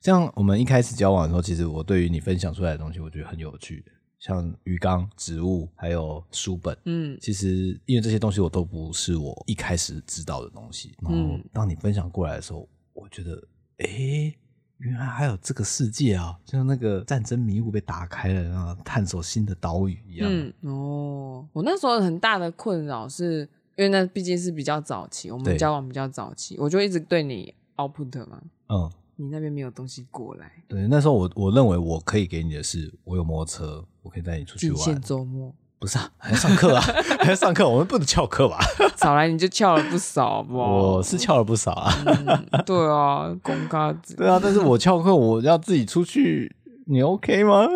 [SPEAKER 1] 像我们一开始交往的时候，其实我对于你分享出来的东西，我觉得很有趣，像鱼缸、植物还有书本。
[SPEAKER 2] 嗯
[SPEAKER 1] 其实因为这些东西我都不是我一开始知道的东西，然后
[SPEAKER 2] 嗯
[SPEAKER 1] 当你分享过来的时候，我觉得，诶，原来还有这个世界啊，就像那个战争迷雾被打开了，然后探索新的岛屿一样。啊
[SPEAKER 2] 嗯，哦，我那时候很大的困扰是，因为那毕竟是比较早期，我
[SPEAKER 1] 对
[SPEAKER 2] 们交往比较早期，我就一直对你 output 嘛，
[SPEAKER 1] 嗯，
[SPEAKER 2] 你那边没有东西过来，
[SPEAKER 1] 对，那时候我我认为我可以给你的是，我有摩托车，我可以带你出去
[SPEAKER 2] 仅限
[SPEAKER 1] 玩，
[SPEAKER 2] 周末，
[SPEAKER 1] 不是啊，还要上课啊， 还要上课，我们不能翘课吧？
[SPEAKER 2] 少来你就翘了不少吧？
[SPEAKER 1] 我是翘了不少啊。
[SPEAKER 2] 嗯，对啊，公嘎子，
[SPEAKER 1] 对啊，但是我翘课，我要自己出去，你 OK 吗？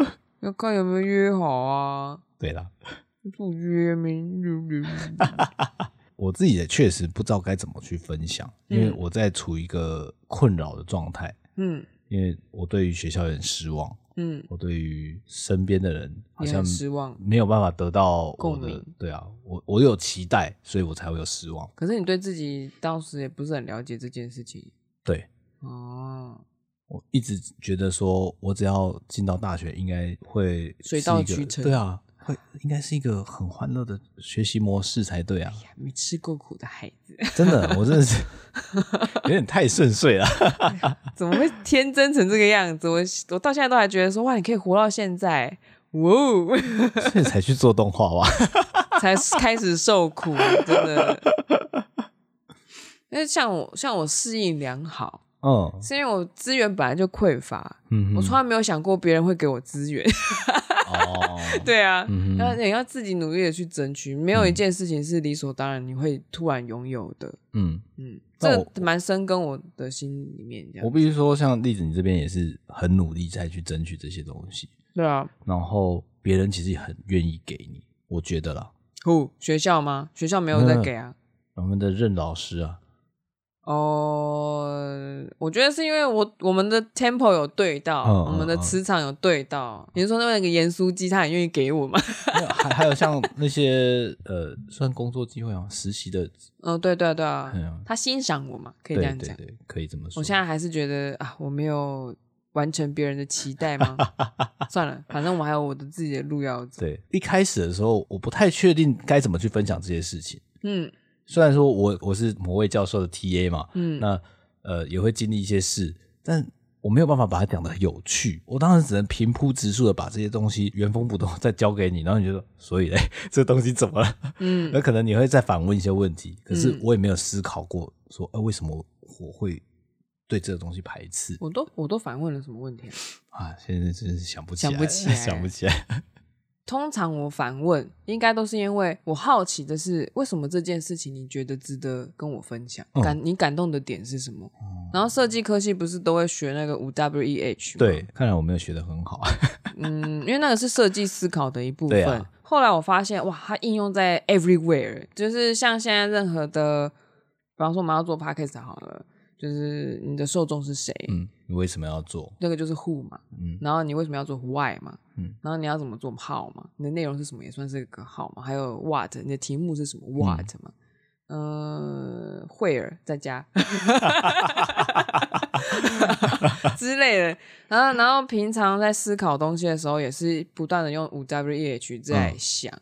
[SPEAKER 2] 要看有没有约好啊，
[SPEAKER 1] 对啦，
[SPEAKER 2] 不约没约。
[SPEAKER 1] 我自己也确实不知道该怎么去分享，因为
[SPEAKER 2] 嗯
[SPEAKER 1] 我在处于一个困扰的状态，
[SPEAKER 2] 嗯
[SPEAKER 1] 因为我对于学校有点失望，
[SPEAKER 2] 嗯，
[SPEAKER 1] 我对于身边的人好
[SPEAKER 2] 也
[SPEAKER 1] 像
[SPEAKER 2] 很失望。
[SPEAKER 1] 没有办法得到我
[SPEAKER 2] 共
[SPEAKER 1] 的
[SPEAKER 2] 鸣，
[SPEAKER 1] 对啊，我我有期待，所以我才会有失望。
[SPEAKER 2] 可是你对自己当时也不是很了解这件事情
[SPEAKER 1] 对
[SPEAKER 2] 哦，
[SPEAKER 1] 我一直觉得说，我只要进到大学，应该会
[SPEAKER 2] 水
[SPEAKER 1] 是
[SPEAKER 2] 到
[SPEAKER 1] 一个
[SPEAKER 2] 渠成
[SPEAKER 1] 对啊，会应该是一个很欢乐的学习模式才对啊！
[SPEAKER 2] 呀没吃过苦的孩子，
[SPEAKER 1] 真的，我真的是有点太顺遂了。
[SPEAKER 2] 怎么会天真成这个样子？我我到现在都还觉得说哇，你可以活到现在，哇哦，
[SPEAKER 1] 所以才去做动画吧。
[SPEAKER 2] 才开始受苦，真的。 因为像我，像我适应良好，
[SPEAKER 1] 嗯
[SPEAKER 2] 是因为我资源本来就匮乏，
[SPEAKER 1] 嗯，
[SPEAKER 2] 我从来没有想过别人会给我资源。
[SPEAKER 1] 哦，
[SPEAKER 2] 对啊，
[SPEAKER 1] 嗯
[SPEAKER 2] 那
[SPEAKER 1] 哼
[SPEAKER 2] 你要自己努力的去争取，没有一
[SPEAKER 1] 嗯
[SPEAKER 2] 件事情是理所当然你会突然拥有的。
[SPEAKER 1] 嗯，
[SPEAKER 2] 嗯，
[SPEAKER 1] 那
[SPEAKER 2] 这
[SPEAKER 1] 我
[SPEAKER 2] 个蛮深跟我的心里面这
[SPEAKER 1] 我
[SPEAKER 2] 样。
[SPEAKER 1] 必须说，像栗子你这边也是很努力在去争取这些东西，
[SPEAKER 2] 对啊，
[SPEAKER 1] 然后别人其实也很愿意给你，我觉得啦，
[SPEAKER 2] 哦，学校吗？学校没有在
[SPEAKER 1] 嗯
[SPEAKER 2] 给啊。
[SPEAKER 1] 我们的任老师啊，
[SPEAKER 2] 哦，我觉得是因为我我们的 tempo 有对到，
[SPEAKER 1] 嗯
[SPEAKER 2] 我们的
[SPEAKER 1] 嗯嗯
[SPEAKER 2] 磁场有对到。你是说那个盐酥鸡他很愿意给我 吗？
[SPEAKER 1] 没有还还有像那些呃，算工作机会啊，实习的，
[SPEAKER 2] 嗯，对对对啊
[SPEAKER 1] 哎呀，
[SPEAKER 2] 他欣赏我嘛，可以
[SPEAKER 1] 对
[SPEAKER 2] 这样
[SPEAKER 1] 对
[SPEAKER 2] 讲。
[SPEAKER 1] 对，可以这么说。
[SPEAKER 2] 我现在还是觉得啊，我没有完成别人的期待吗？ 算了，反正我还有我的自己的路要走。
[SPEAKER 1] 对一开始的时候，我不太确定该怎么去分享这些事情。
[SPEAKER 2] 嗯
[SPEAKER 1] 虽然说我我是某位教授的 TA 嘛，
[SPEAKER 2] 嗯，
[SPEAKER 1] 那呃也会经历一些事，但我没有办法把它讲的有趣，我当时只能平铺直述的把这些东西原封不动地再交给你，然后你就说，所以嘞， 这东西怎么了？
[SPEAKER 2] 嗯
[SPEAKER 1] 那可能你会再反问一些问题，可是
[SPEAKER 2] 嗯
[SPEAKER 1] 我也没有思考过说，呃，为什么我会对这个东西排斥
[SPEAKER 2] 我都我都反问了什么问题啊？
[SPEAKER 1] 啊？现在真是想不起来，
[SPEAKER 2] 想不起 来
[SPEAKER 1] 想不起来。
[SPEAKER 2] 通常我反问，应该都是因为我好奇的是，为什么这件事情你觉得值得跟我分享？
[SPEAKER 1] 嗯哦
[SPEAKER 2] 感你感动的点是什么？然后设计科系不是都会学那个五 W E H 吗？
[SPEAKER 1] 对，，嗯看来我没有学的很好。
[SPEAKER 2] 嗯，因为那个是设计思考的一部
[SPEAKER 1] 对
[SPEAKER 2] 分。
[SPEAKER 1] 啊
[SPEAKER 2] 后来我发现，哇，它应用在 everywhere，就是像现在任何的，比方说我们要做 podcast 好了，就是你的受众是谁，
[SPEAKER 1] 嗯，你为什么要做？
[SPEAKER 2] 那个就是 who 嘛，
[SPEAKER 1] 嗯
[SPEAKER 2] 然后你为什么要做 why 嘛，
[SPEAKER 1] 嗯
[SPEAKER 2] 然后你要怎么做 how 嘛，你的内容是什么也算是个 how 嘛，还有 what，你的题目是什
[SPEAKER 1] 嗯
[SPEAKER 2] 么 what 嘛，呃，where 在家之类的，然后然后平常在思考东西的时候，也是不断的用五 W E H 在想，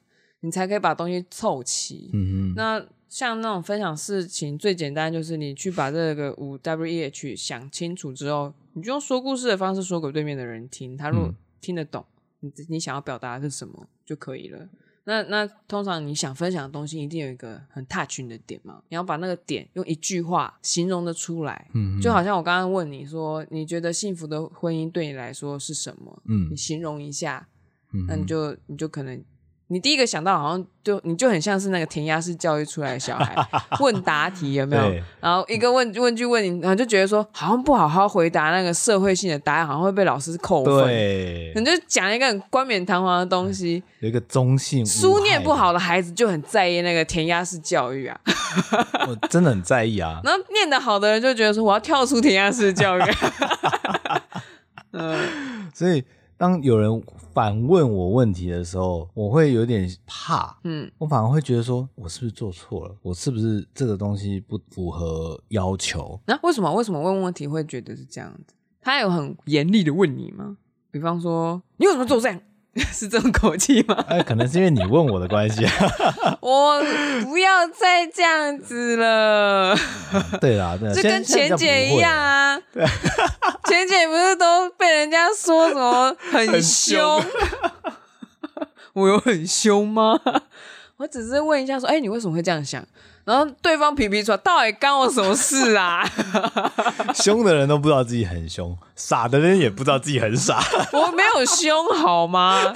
[SPEAKER 2] 你才可以把东西凑齐，
[SPEAKER 1] 嗯哼，
[SPEAKER 2] 那像那种分享事情，最简单就是你去把这个五 W E H 想清楚之后，你就用说故事的方式说给对面的人听，他如果
[SPEAKER 1] 嗯
[SPEAKER 2] 听得懂，你你想要表达的是什么就可以了。那那通常你想分享的东西，一定有一个很 touch 你的点嘛，你要把那个点用一句话形容的出来。
[SPEAKER 1] 嗯哼
[SPEAKER 2] 就好像我刚刚问你说，你觉得幸福的婚姻对你来说是什么？
[SPEAKER 1] 嗯
[SPEAKER 2] 你形容一下，
[SPEAKER 1] 嗯
[SPEAKER 2] 那
[SPEAKER 1] 哼
[SPEAKER 2] 你就你就可能，你第一个想到好像就你就很像是那个填鸭式教育出来的小孩问答题有没有
[SPEAKER 1] 对？
[SPEAKER 2] 然后一个问问句问你，然后就觉得说好像不好好回答那个社会性的答案，好像会被老师扣分。
[SPEAKER 1] 对
[SPEAKER 2] 你，就讲一个很冠冕堂皇的东西，
[SPEAKER 1] 有一个中性无
[SPEAKER 2] 书念
[SPEAKER 1] 嗯害
[SPEAKER 2] 不
[SPEAKER 1] 的
[SPEAKER 2] 好的孩子就很在意那个填鸭式教育啊，
[SPEAKER 1] 我真的很在意 啊。
[SPEAKER 2] 然后念得好的人就觉得说我要跳出填鸭式教育。 嗯
[SPEAKER 1] 所以当有人反问我问题的时候，我会有点怕，
[SPEAKER 2] 嗯
[SPEAKER 1] 我反而会觉得说，我是不是做错了？我是不是这个东西不符合要求？
[SPEAKER 2] 那、为什么为什么问问题会觉得是这样子？他有很严厉的问你吗？比方说，你为什么做这样？ 是这种口气 吗？
[SPEAKER 1] 哎，可能是因为你问我的关系啊。
[SPEAKER 2] 我不要再这样子了，
[SPEAKER 1] 对啦，对啦，啊
[SPEAKER 2] 这
[SPEAKER 1] 现在现
[SPEAKER 2] 跟钱
[SPEAKER 1] 在
[SPEAKER 2] 姐
[SPEAKER 1] 不
[SPEAKER 2] 一
[SPEAKER 1] 会
[SPEAKER 2] 样
[SPEAKER 1] 了。
[SPEAKER 2] 啊。钱姐不是都被人家说什么很
[SPEAKER 1] 很
[SPEAKER 2] 凶
[SPEAKER 1] 凶？
[SPEAKER 2] 我有很凶吗？ 我只是问一下，说，哎、你为什么会这样想？然后对方皮皮说，到底干我什么事啊？
[SPEAKER 1] 啊 凶的人都不知道自己很凶，傻的人也不知道自己很傻。
[SPEAKER 2] 我没有凶好吗？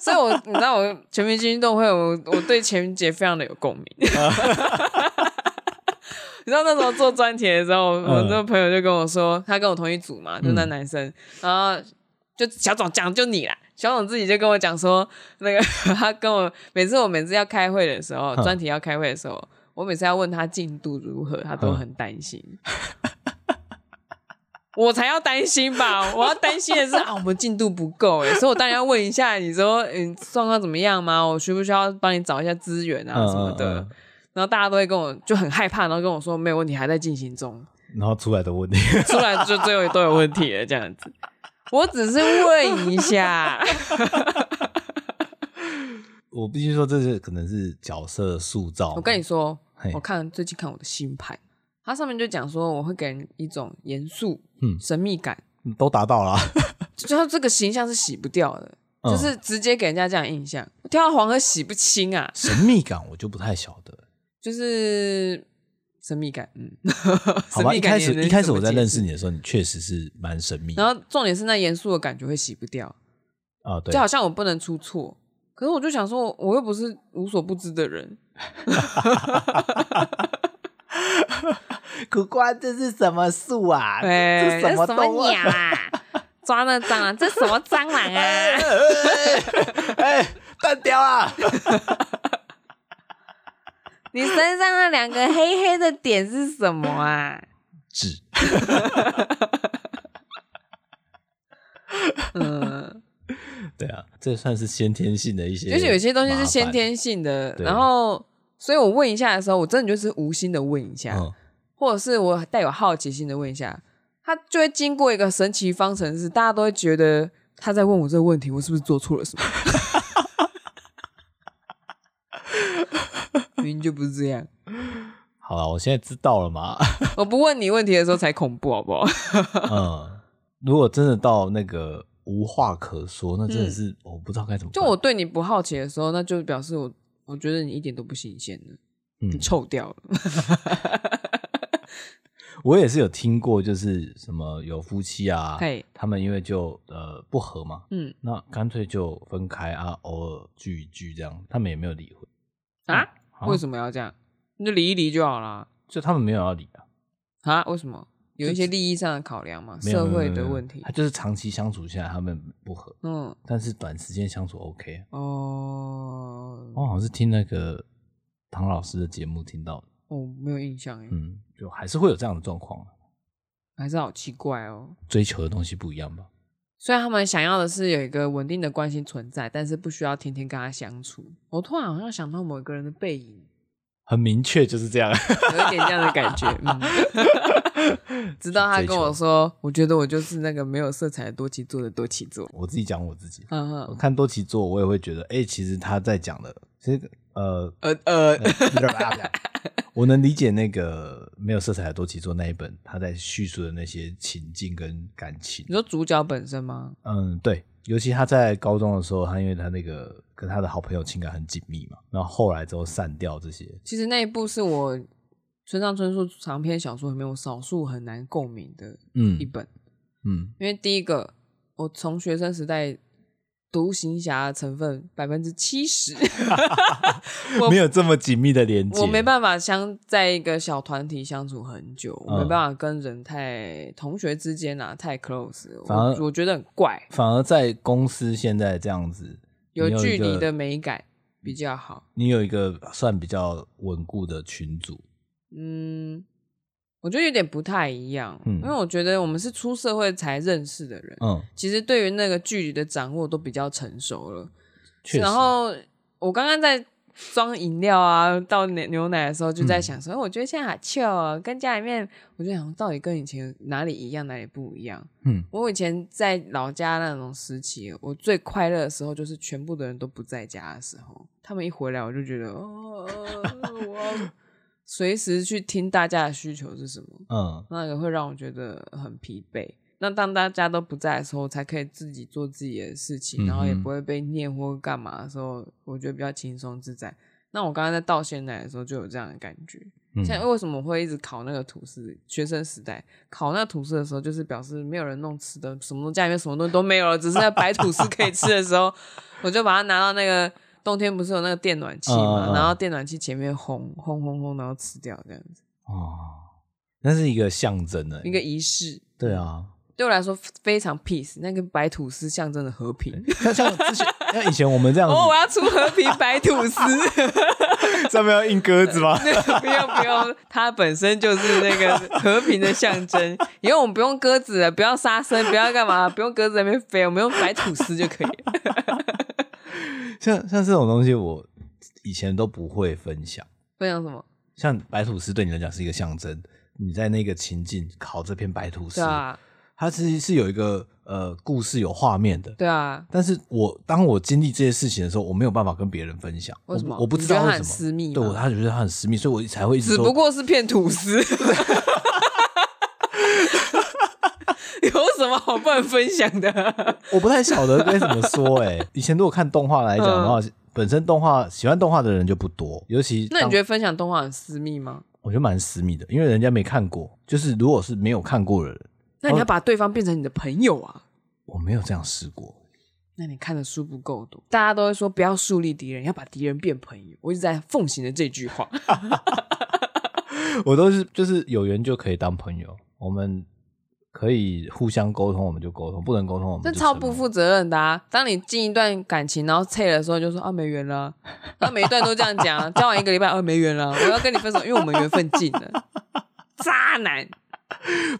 [SPEAKER 2] 所以我，你知道我全民运动会，我我对钱姐非常的有共鸣。 你知道那时候做专题的时候，我
[SPEAKER 1] 嗯
[SPEAKER 2] 这个朋友就跟我说，他跟我同一组嘛，就那男生，然后就小总讲就你啦。小总自己就跟我讲说，那个他跟我每次我每次要开会的时候，
[SPEAKER 1] 嗯
[SPEAKER 2] 专题要开会的时候，我每次要问他进度如何，他都很担心。我才要担心吧！我要担心的是啊，我们进度不够哎，所以我当然要问一下你说，嗯，状况怎么样吗？我需不需要帮你找一下资源啊
[SPEAKER 1] 嗯
[SPEAKER 2] 什么
[SPEAKER 1] 嗯
[SPEAKER 2] 的？
[SPEAKER 1] 嗯
[SPEAKER 2] 然后大家都会跟我就很害怕，然后跟我说没有问题，还在进行中，
[SPEAKER 1] 然后出来的问题，
[SPEAKER 2] 出来就最后都有问题了这样子。我只是问一下，
[SPEAKER 1] 我必须说这是可能是角色塑造。
[SPEAKER 2] 我跟你说，
[SPEAKER 1] 嘿
[SPEAKER 2] 我看最近看我的星盘，它上面就讲说我会给人一种严肃、
[SPEAKER 1] 嗯
[SPEAKER 2] 神秘感，
[SPEAKER 1] 你都达到了啊，
[SPEAKER 2] 就就它这个形象是洗不掉的，
[SPEAKER 1] 嗯
[SPEAKER 2] 就是直接给人家这样印象。我跳到黄河洗不清啊，
[SPEAKER 1] 神秘感我就不太晓得。
[SPEAKER 2] 就是神秘感，嗯，
[SPEAKER 1] 好
[SPEAKER 2] 神
[SPEAKER 1] 吧，
[SPEAKER 2] 秘
[SPEAKER 1] 一
[SPEAKER 2] 感
[SPEAKER 1] 开
[SPEAKER 2] 你
[SPEAKER 1] 始
[SPEAKER 2] 能
[SPEAKER 1] 一开始
[SPEAKER 2] 怎么
[SPEAKER 1] 我在
[SPEAKER 2] 解
[SPEAKER 1] 认
[SPEAKER 2] 释
[SPEAKER 1] 识你的时候，你确实是蛮神秘
[SPEAKER 2] 然后重点是那严肃的感觉会洗不掉，
[SPEAKER 1] 啊，对
[SPEAKER 2] 就，好像我不能出错。可是我就想说，我又不是无所不知的人，
[SPEAKER 1] 苦瓜这是什么树啊？
[SPEAKER 2] 哎、这什
[SPEAKER 1] 动物
[SPEAKER 2] 么鸟啊？抓那蟑螂，这什么蟑螂啊？
[SPEAKER 1] 哎，断掉啊！
[SPEAKER 2] 你身上那两个黑黑的点是什么啊？
[SPEAKER 1] 纸，
[SPEAKER 2] 嗯，
[SPEAKER 1] 对啊，这算是先天性的一些，
[SPEAKER 2] 就是有些东西是先，天性的，
[SPEAKER 1] 对
[SPEAKER 2] 然后，所以我问一下的时候，我真的就是无心的问一下，
[SPEAKER 1] 嗯，
[SPEAKER 2] 或者是我带有好奇心的问一下，他就会经过一个神奇方程式，大家都会觉得他在问我这个问题，我是不是做错了 什么？明明就不是这样，
[SPEAKER 1] 好了，我现在知道了 嘛，
[SPEAKER 2] 我不问你问题的时候才恐怖，好 不好？
[SPEAKER 1] 嗯，如果真的到那个无话可说，那真的是我不知道该怎么办，
[SPEAKER 2] 嗯就我对你不好奇的时候，那就表示我我觉得你一点都不新鲜了，你
[SPEAKER 1] 嗯，
[SPEAKER 2] 臭掉了。
[SPEAKER 1] 我也是有听过，就是什么有夫妻啊
[SPEAKER 2] 嘿，
[SPEAKER 1] 他们因为就呃不和嘛，
[SPEAKER 2] 嗯
[SPEAKER 1] 那干脆就分开啊，偶尔聚一聚这样，他们也没有离婚
[SPEAKER 2] 啊，
[SPEAKER 1] 啊
[SPEAKER 2] 为什么要这样？你就离一离就好啦。
[SPEAKER 1] 就他们没有要离啊，
[SPEAKER 2] 啊，为什么？有一些利益上的考量嘛，
[SPEAKER 1] 没有
[SPEAKER 2] 社会
[SPEAKER 1] 没有没
[SPEAKER 2] 的
[SPEAKER 1] 有
[SPEAKER 2] 问题
[SPEAKER 1] 他。就是长期相处下来他们不和，
[SPEAKER 2] 嗯，
[SPEAKER 1] 但是短时间相处 OK 啊。
[SPEAKER 2] 哦，
[SPEAKER 1] 我好像是听那个唐老师的节目听到的，
[SPEAKER 2] 我没有印象哎，
[SPEAKER 1] 嗯，就还是会有这样的状况啊，
[SPEAKER 2] 还是好奇怪哦。
[SPEAKER 1] 追求的东西不一样吧？
[SPEAKER 2] 虽然他们想要的是有一个稳定的关系存在，但是不需要天天跟他相处。我突然好像想到某一个人的背影，
[SPEAKER 1] 很明确就是 这样，
[SPEAKER 2] 有一点这样的感觉。 嗯，直到他跟我说，我觉得我就是那个没有色彩的多奇座的多奇座。
[SPEAKER 1] 我自己讲我自己，
[SPEAKER 2] 嗯
[SPEAKER 1] 我
[SPEAKER 2] 嗯，
[SPEAKER 1] 看多奇做，我也会觉得，哎、其实他在讲的，其实呃，
[SPEAKER 2] 呃呃，
[SPEAKER 1] 我能理解那个没有色彩的多奇做那一本，他在叙述的那些情境跟感情
[SPEAKER 2] 你。说主角本身吗？
[SPEAKER 1] 嗯，对，尤其他在高中的时候，他因为他那个跟他的好朋友情感很紧密嘛，然后后来之后散掉这些，
[SPEAKER 2] 其实那一部是我村上春树长篇小说里面我少数很难共鸣的
[SPEAKER 1] 嗯
[SPEAKER 2] 一本，
[SPEAKER 1] 嗯
[SPEAKER 2] 因为第一个我从学生时代独行侠的成分百分之七十，我
[SPEAKER 1] 没有这么紧密的连接，
[SPEAKER 2] 我没办法相在一个小团体相处很久，我没
[SPEAKER 1] 嗯
[SPEAKER 2] 办法跟人太同学之间啊太 close，
[SPEAKER 1] 反而
[SPEAKER 2] 我我觉得很怪，
[SPEAKER 1] 反而在公司现在这样子，
[SPEAKER 2] 有
[SPEAKER 1] 你一
[SPEAKER 2] 距离
[SPEAKER 1] 个
[SPEAKER 2] 的美感比较好。
[SPEAKER 1] 你有一个算比较稳固的群组，
[SPEAKER 2] 嗯，我觉得有点不太一样，
[SPEAKER 1] 嗯
[SPEAKER 2] 因为我觉得我们是出社会才认识的人，
[SPEAKER 1] 嗯，
[SPEAKER 2] 其实对于那个距离的掌握都比较成熟了。
[SPEAKER 1] 确实，
[SPEAKER 2] 然后我刚刚在装饮料啊，倒牛牛奶的时候，就
[SPEAKER 1] 嗯
[SPEAKER 2] 在想说，哎我觉得现在好 chill 哦，跟家里面，我就想到底跟以前哪里一样，哪里不一样。
[SPEAKER 1] 嗯，
[SPEAKER 2] 我以前在老家那种时期，我最快乐的时候就是全部的人都不在家的时候，他们一回来，我就觉得哦，我 要随时去听大家的需求是什么。
[SPEAKER 1] 嗯
[SPEAKER 2] 那个会让我觉得很疲惫。那当大家都不在的时候，才可以自己做自己的事
[SPEAKER 1] 嗯
[SPEAKER 2] 情，
[SPEAKER 1] 哼
[SPEAKER 2] 然后也不会被念或干嘛的时候，我觉得比较轻松自在。那我刚刚在倒鲜奶的时候就有这样的感觉。
[SPEAKER 1] 嗯，
[SPEAKER 2] 现在为什么会一直考那个吐司？学生时代考那个吐司的时候，就是表示没有人弄吃的，什么东家里面什么东西都没有了，只剩下白吐司可以吃的时候， 我就把它拿到那个冬天不是有那个电暖器嘛，
[SPEAKER 1] 嗯嗯嗯
[SPEAKER 2] 然后电暖器前面烘烘烘烘，然后吃掉这样子，
[SPEAKER 1] 哦，那是一个象征的
[SPEAKER 2] 一个仪式。
[SPEAKER 1] 对啊，
[SPEAKER 2] 对我来说非常 peace。那个白吐司象征 着和平。哦
[SPEAKER 1] 像像之前像以前我们这样子，
[SPEAKER 2] 哦，我要出和平白吐司，
[SPEAKER 1] 上面要印鸽子吗？
[SPEAKER 2] 不用不用，它本身就是那个和平的象征。以后我们不用鸽子了，不要杀生，不要干嘛，不用鸽子在那边飞，我们用白吐司就可以了。
[SPEAKER 1] 像像这种东西，我以前都不会分享。
[SPEAKER 2] 分享什么？
[SPEAKER 1] 像白吐司对你来讲是一个象征，你在那个情境烤这片白吐司，
[SPEAKER 2] 对啊，
[SPEAKER 1] 它其实是有一个呃故事有画面的。
[SPEAKER 2] 对啊。
[SPEAKER 1] 但是我当我经历这些事情的时候，我没有办法跟别人分享，
[SPEAKER 2] 为什么
[SPEAKER 1] 我不我不知
[SPEAKER 2] 你觉
[SPEAKER 1] 道
[SPEAKER 2] 得
[SPEAKER 1] 为什
[SPEAKER 2] 它很
[SPEAKER 1] 么
[SPEAKER 2] 私密吗
[SPEAKER 1] 对，我他觉得他很私密，所以我才会一直
[SPEAKER 2] 只
[SPEAKER 1] 说。
[SPEAKER 2] 不过是片吐司。 有什么好不能分享的？
[SPEAKER 1] 我不太晓得该怎么说哎、以前如果看动画来讲的话，本身动画喜欢动画的人就不多，尤其
[SPEAKER 2] 嗯那你
[SPEAKER 1] 当
[SPEAKER 2] 觉得分享动画很私密吗？
[SPEAKER 1] 我觉得蛮私密的，因为人家没看过。就是如果是没有看过的人，
[SPEAKER 2] 那你要把对方变成你的朋友啊？
[SPEAKER 1] 我没有这样试过。
[SPEAKER 2] 那你看的书不够多，大家都会说不要树立敌人，要把敌人变朋友。我一直在奉行的这句话。
[SPEAKER 1] 我都是就是有缘就可以当朋友，我们可以互相沟通，我们就沟通；不能沟通，我们
[SPEAKER 2] 这
[SPEAKER 1] 就
[SPEAKER 2] 超
[SPEAKER 1] 沉默
[SPEAKER 2] 不负责任的啊！当你进一段感情，然后脆的时候，就说啊没缘了啊，那每一段都这样讲啊，交往一个礼拜啊没缘了啊，我要跟你分手，因为我们缘分尽了。 渣男，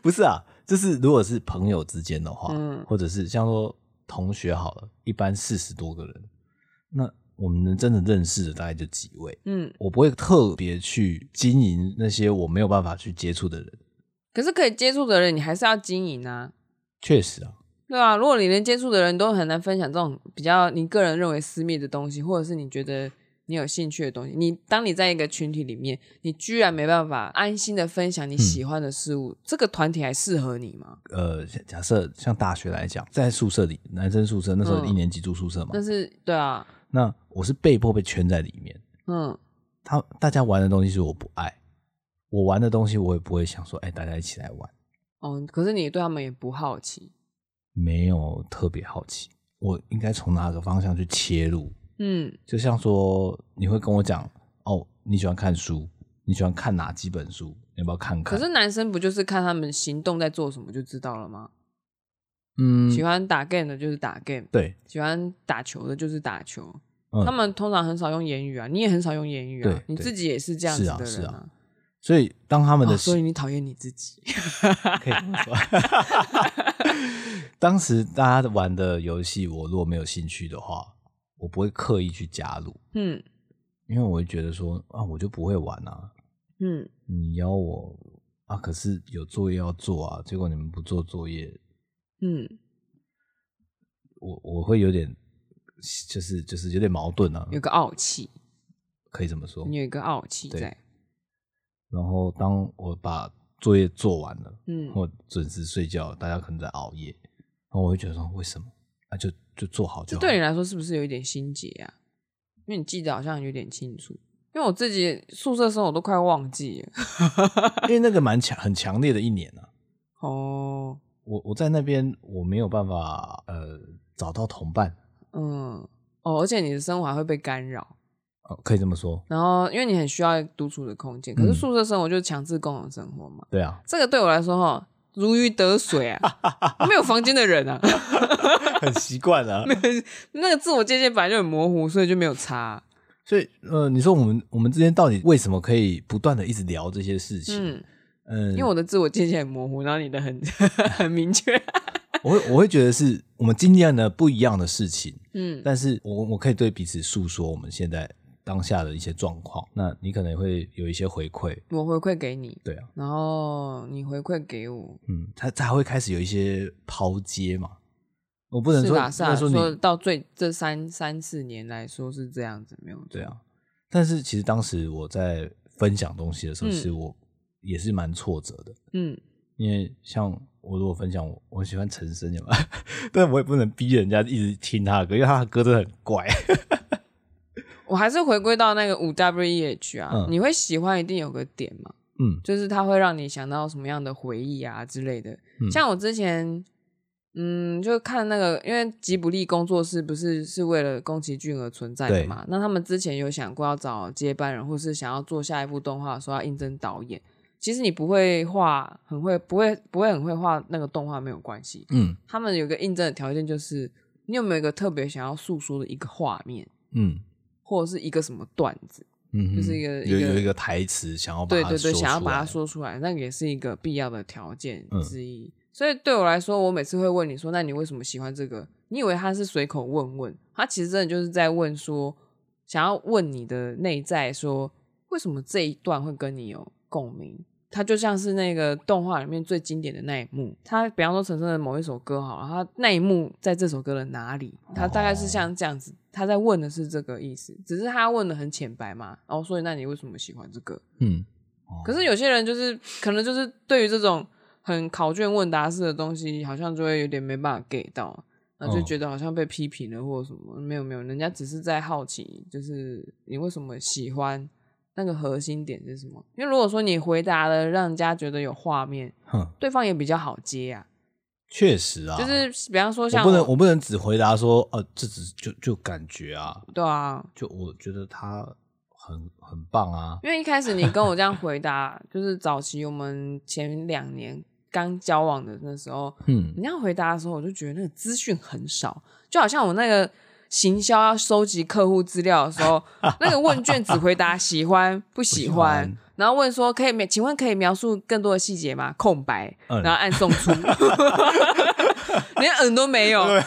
[SPEAKER 1] 不是啊，就是如果是朋友之间的话，
[SPEAKER 2] 嗯
[SPEAKER 1] 或者是像说同学好了，一般四十多个人，那我们能真的认识的大概就几位。
[SPEAKER 2] 嗯，
[SPEAKER 1] 我不会特别去经营那些我没有办法去接触的人。
[SPEAKER 2] 可是可以接触的人，你还是要经营啊，
[SPEAKER 1] 确实啊，
[SPEAKER 2] 对吧、啊？如果你连接触的人都很难分享这种比较你个人认为私密的东西，或者是你觉得你有兴趣的东西，你当你在一个群体里面，你居然没办法安心的分享你
[SPEAKER 1] 嗯
[SPEAKER 2] 喜欢的事物，这个团体还适合你吗？
[SPEAKER 1] 呃，假假设像大学来讲，在宿舍里，男生宿舍那时候
[SPEAKER 2] 嗯
[SPEAKER 1] 一年级住宿舍嘛，
[SPEAKER 2] 但是，对啊，
[SPEAKER 1] 那我是被迫被圈在里面。
[SPEAKER 2] 嗯。
[SPEAKER 1] 他大家玩的东西是我不爱，我玩的东西我也不会想说，哎、大家一起来玩，
[SPEAKER 2] 哦，可是你对他们也不好奇，
[SPEAKER 1] 没有特别好奇，我应该从哪个方向去切入？
[SPEAKER 2] 嗯
[SPEAKER 1] 就像说，你会跟我讲，哦，你喜欢看书，你喜欢看哪几本书？你要不要看看？
[SPEAKER 2] 可是男生不就是看他们行动在做什么就知道了吗？
[SPEAKER 1] 嗯，
[SPEAKER 2] 喜欢打 game 的就是打 game，
[SPEAKER 1] 对
[SPEAKER 2] 喜欢打球的就是打球。
[SPEAKER 1] 嗯
[SPEAKER 2] 他们通常很少用言语啊，你也很少用言语啊
[SPEAKER 1] 对，
[SPEAKER 2] 你
[SPEAKER 1] 对
[SPEAKER 2] 自己也是这样子
[SPEAKER 1] 是
[SPEAKER 2] 的
[SPEAKER 1] 啊
[SPEAKER 2] 人
[SPEAKER 1] 是啊所以当他们的、
[SPEAKER 2] 哦所以你讨厌你自己。
[SPEAKER 1] 可以这么说。当时大家玩的游戏，我如果没有兴趣的话，我不会刻意去加入，
[SPEAKER 2] 嗯
[SPEAKER 1] 因为我会觉得说啊，我就不会玩啊，
[SPEAKER 2] 嗯，
[SPEAKER 1] 你邀我啊，可是有作业要做啊，结果你们不做作业，
[SPEAKER 2] 嗯，
[SPEAKER 1] 我我会有点，就是就是有点矛盾啊，
[SPEAKER 2] 有个傲气，
[SPEAKER 1] 可以这么说
[SPEAKER 2] 你。有一个傲气
[SPEAKER 1] 对
[SPEAKER 2] 在。
[SPEAKER 1] 然后当我把作业做完了，
[SPEAKER 2] 嗯
[SPEAKER 1] 或准时睡觉，大家可能在熬夜，然后我会觉得说为什么啊，就就做好就
[SPEAKER 2] 这
[SPEAKER 1] 好。
[SPEAKER 2] 对你来说是不是有一点心结啊？因为你记得好像有点清楚，因为我自己宿舍生活都快忘记了。
[SPEAKER 1] 因为那个蛮强很强烈的一年啊，
[SPEAKER 2] 哦，
[SPEAKER 1] 我我在那边我没有办法呃找到同伴，
[SPEAKER 2] 嗯，哦，而且你的生活还会被干扰，
[SPEAKER 1] 呃可以这么说，
[SPEAKER 2] 然后因为你很需要独处的空间，可是
[SPEAKER 1] 嗯
[SPEAKER 2] 宿舍生活就是强制共同生活嘛，
[SPEAKER 1] 对 啊，
[SPEAKER 2] 这个对我来说哈，如鱼得水啊， 没有房间的人啊，
[SPEAKER 1] 很习惯啊。
[SPEAKER 2] 那个自我界限本来就很模糊，所以就没有差啊、
[SPEAKER 1] 所以呃，你说我们我们之间到底为什么可以不断的一直聊这些事情？
[SPEAKER 2] 嗯，
[SPEAKER 1] 嗯，
[SPEAKER 2] 因为我的自我界限很模糊，然后你的很很明确，
[SPEAKER 1] 我会我会觉得是我们经历了不一样的事情，
[SPEAKER 2] 嗯
[SPEAKER 1] 但是我我可以对彼此诉说我们现在当下的一些状况。那你可能会有一些回馈，
[SPEAKER 2] 我回馈给你，
[SPEAKER 1] 对啊，
[SPEAKER 2] 然后你回馈给我，
[SPEAKER 1] 嗯，他才会开始有一些抛接嘛。我不能
[SPEAKER 2] 是
[SPEAKER 1] 说，
[SPEAKER 2] 啦是
[SPEAKER 1] 不
[SPEAKER 2] 啦，
[SPEAKER 1] 能说
[SPEAKER 2] 说
[SPEAKER 1] 你
[SPEAKER 2] 到最这三三四年来说是这样子，没有错
[SPEAKER 1] 对啊，但是其实当时我在分享东西的时候，
[SPEAKER 2] 嗯
[SPEAKER 1] 其实我也是蛮挫折的。
[SPEAKER 2] 嗯，
[SPEAKER 1] 因为像我如果分享我我喜欢陈升，有 没有但我也不能逼人家一直听他的歌，因为他的歌真的很怪。
[SPEAKER 2] 我还是回归到那个五 W E H 啊，
[SPEAKER 1] 嗯
[SPEAKER 2] 你会喜欢一定有个点嘛，
[SPEAKER 1] 嗯
[SPEAKER 2] 就是它会让你想到什么样的回忆啊之类的。
[SPEAKER 1] 嗯
[SPEAKER 2] 像我之前，嗯，就看那个，因为吉卜力工作室不是是为了宫崎骏而存在的
[SPEAKER 1] 对
[SPEAKER 2] 嘛，那他们之前有想过要找接班人，或是想要做下一部动画，说要应征导演。其实你不会画，很会不会不会很会画那个动画没有关系，
[SPEAKER 1] 嗯
[SPEAKER 2] 他们有个应征的条件就是你有没有一个特别想要诉说的一个画面，
[SPEAKER 1] 嗯
[SPEAKER 2] 或者是一个什么段子。
[SPEAKER 1] 嗯哼，
[SPEAKER 2] 就是一个
[SPEAKER 1] 有
[SPEAKER 2] 一个
[SPEAKER 1] 有一个台词想要把
[SPEAKER 2] 对
[SPEAKER 1] 它
[SPEAKER 2] 对
[SPEAKER 1] 说
[SPEAKER 2] 对，想要
[SPEAKER 1] 出
[SPEAKER 2] 把它
[SPEAKER 1] 来
[SPEAKER 2] 说出来，那个也是一个必要的条件
[SPEAKER 1] 嗯
[SPEAKER 2] 之一。所以对我来说，我每次会问你说：“那你为什么喜欢这个？”你以为他是随口问问，他其实真的就是在问说，想要问你的内在说，为什么这一段会跟你有共鸣？它就像是那个动画里面最经典的那一幕，它比方说陈升的某一首歌好了，它那一幕在这首歌的哪里？它大概是
[SPEAKER 1] 哦
[SPEAKER 2] 像这样子，他在问的是这个意思，只是他问的很浅白嘛。然后所以那你为什么喜欢这个？
[SPEAKER 1] 嗯，
[SPEAKER 2] 可是有些人就是可能就是对于这种很考卷问答式的东西，好像就会有点没办法 get 到，然后就
[SPEAKER 1] 嗯
[SPEAKER 2] 觉得好像被批评了或者什么。没有没有，人家只是在好奇，就是你为什么喜欢那个核心点是什么？因为如果说你回答了让人家觉得有画面，
[SPEAKER 1] 哼，
[SPEAKER 2] 对方也比较好接啊。
[SPEAKER 1] 确实啊，
[SPEAKER 2] 就是比方说
[SPEAKER 1] 我
[SPEAKER 2] 像
[SPEAKER 1] 不能我不能只回答说呃，这只就就感觉啊，
[SPEAKER 2] 对啊，
[SPEAKER 1] 就我觉得他很很棒啊，
[SPEAKER 2] 因为一开始你跟我这样回答，就是早期我们前两年刚交往的那时候，
[SPEAKER 1] 嗯
[SPEAKER 2] 你那样回答的时候，我就觉得那个资讯很少，就好像我那个行销要收集客户资料的时 候，那个问卷只回答喜欢不喜欢，
[SPEAKER 1] 不喜欢
[SPEAKER 2] 然后问说可以描，请问可以描述更多的细节吗？空白，
[SPEAKER 1] 嗯
[SPEAKER 2] 然后按 送出，连嗯都没有，
[SPEAKER 1] 啊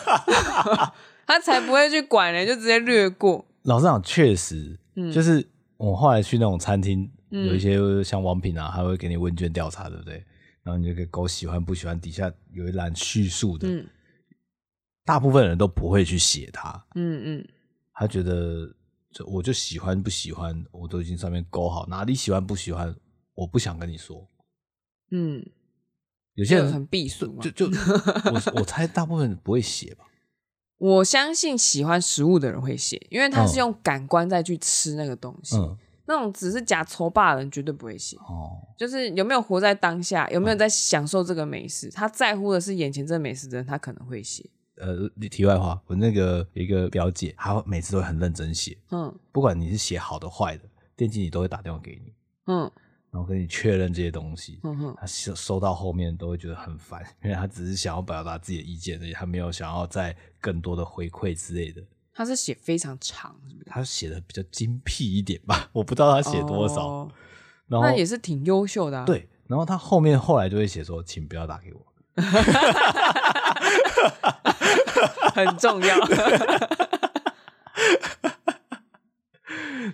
[SPEAKER 2] 他才不会去管呢，就直接略过。
[SPEAKER 1] 老实讲，确实，
[SPEAKER 2] 嗯
[SPEAKER 1] 就是我后来去那种餐厅，有一些像王品啊，还会给你问卷调查，对不对？然后你就给狗喜欢不喜欢，底下有一栏叙述的，
[SPEAKER 2] 嗯
[SPEAKER 1] 大部分人都不会去写它，
[SPEAKER 2] 嗯嗯，
[SPEAKER 1] 他觉得就我就喜欢不喜欢，我都已经上面勾好，哪里喜欢不喜欢，我不想跟你说。
[SPEAKER 2] 嗯，
[SPEAKER 1] 有些
[SPEAKER 2] 就
[SPEAKER 1] 人
[SPEAKER 2] 很避俗嘛
[SPEAKER 1] 就。就我我猜大部分人不会写吧，
[SPEAKER 2] 我相信喜欢食物的人会写，因为他是
[SPEAKER 1] 嗯
[SPEAKER 2] 用感官再去吃那个东西。
[SPEAKER 1] 嗯
[SPEAKER 2] 那种只是假愁霸的人绝对不会写，
[SPEAKER 1] 哦，
[SPEAKER 2] 就是有没有活在当下，有没有在享受这个美食，他在乎的是眼前这美食的人，他可能会写。
[SPEAKER 1] 呃，题外话，我那个有一个表姐，她每次都会很认真写，
[SPEAKER 2] 嗯
[SPEAKER 1] 不管你是写好的坏的，店经理都会打电话给你，
[SPEAKER 2] 嗯
[SPEAKER 1] 然后跟你确认这些东西。
[SPEAKER 2] 嗯哼，
[SPEAKER 1] 他收收到后面都会觉得很烦，因为他只是想要表达自己的意见而已，他没有想要再更多的回馈之类的。
[SPEAKER 2] 他是写非常长，是不是
[SPEAKER 1] 他写的比较精辟一点吧，我不知道他写多少。
[SPEAKER 2] 哦
[SPEAKER 1] 然后
[SPEAKER 2] 那也是挺优秀的、啊。，
[SPEAKER 1] 对，然后他后面后来就会写说，请不要打给我。
[SPEAKER 2] 很重要。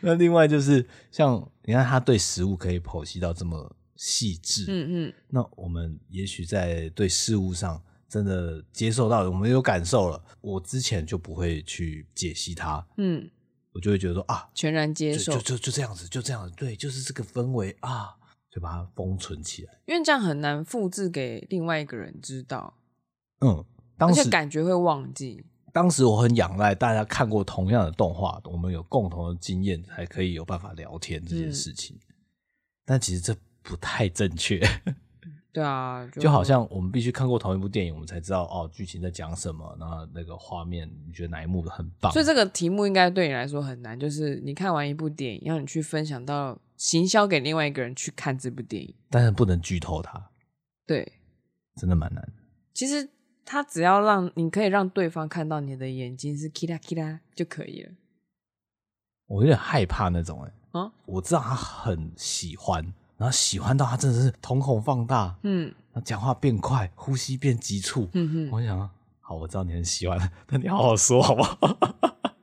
[SPEAKER 1] 那另外就是像你看他对食物可以剖析到这么细致，
[SPEAKER 2] 嗯嗯
[SPEAKER 1] 那我们也许在对事物上真的接受到了，我们有感受了，我之前就不会去解析它，
[SPEAKER 2] 嗯，
[SPEAKER 1] 我就会觉得说啊，
[SPEAKER 2] 全然接
[SPEAKER 1] 就
[SPEAKER 2] 受
[SPEAKER 1] 就，就就这样子，就这样子，对，就是这个氛围啊，就把它封存起来。
[SPEAKER 2] 因为这样很难复制给另外一个人知道，
[SPEAKER 1] 嗯，
[SPEAKER 2] 而
[SPEAKER 1] 当
[SPEAKER 2] 且
[SPEAKER 1] 时
[SPEAKER 2] 感觉会忘记。
[SPEAKER 1] 当时我很仰赖大家看过同样的动画，我们有共同的经验，才可以有办法聊天这件事情。但其实这不太正确，
[SPEAKER 2] 对啊，
[SPEAKER 1] 就好像我们必须看过同一部电影，我们才知道哦剧情在讲什么，然后那个画面，你觉得哪一幕很棒？
[SPEAKER 2] 所以这个题目应该对你来说很难，就是你看完一部电影，让你去分享到行销给另外一个人去看这部电影。
[SPEAKER 1] 但是不能剧透它，
[SPEAKER 2] 对，
[SPEAKER 1] 真的蛮难。
[SPEAKER 2] 其实他只要让你可以让对方看到你的眼睛是 kira kira 就可以了。
[SPEAKER 1] 我有点害怕那种哎、欸
[SPEAKER 2] 啊
[SPEAKER 1] 我知道他很喜欢，然后喜欢到他真的是瞳孔放大，
[SPEAKER 2] 嗯
[SPEAKER 1] 然后讲话变快，呼吸变急促。
[SPEAKER 2] 嗯哼，
[SPEAKER 1] 我想，好，我知道你很喜欢，但你好好说好不好？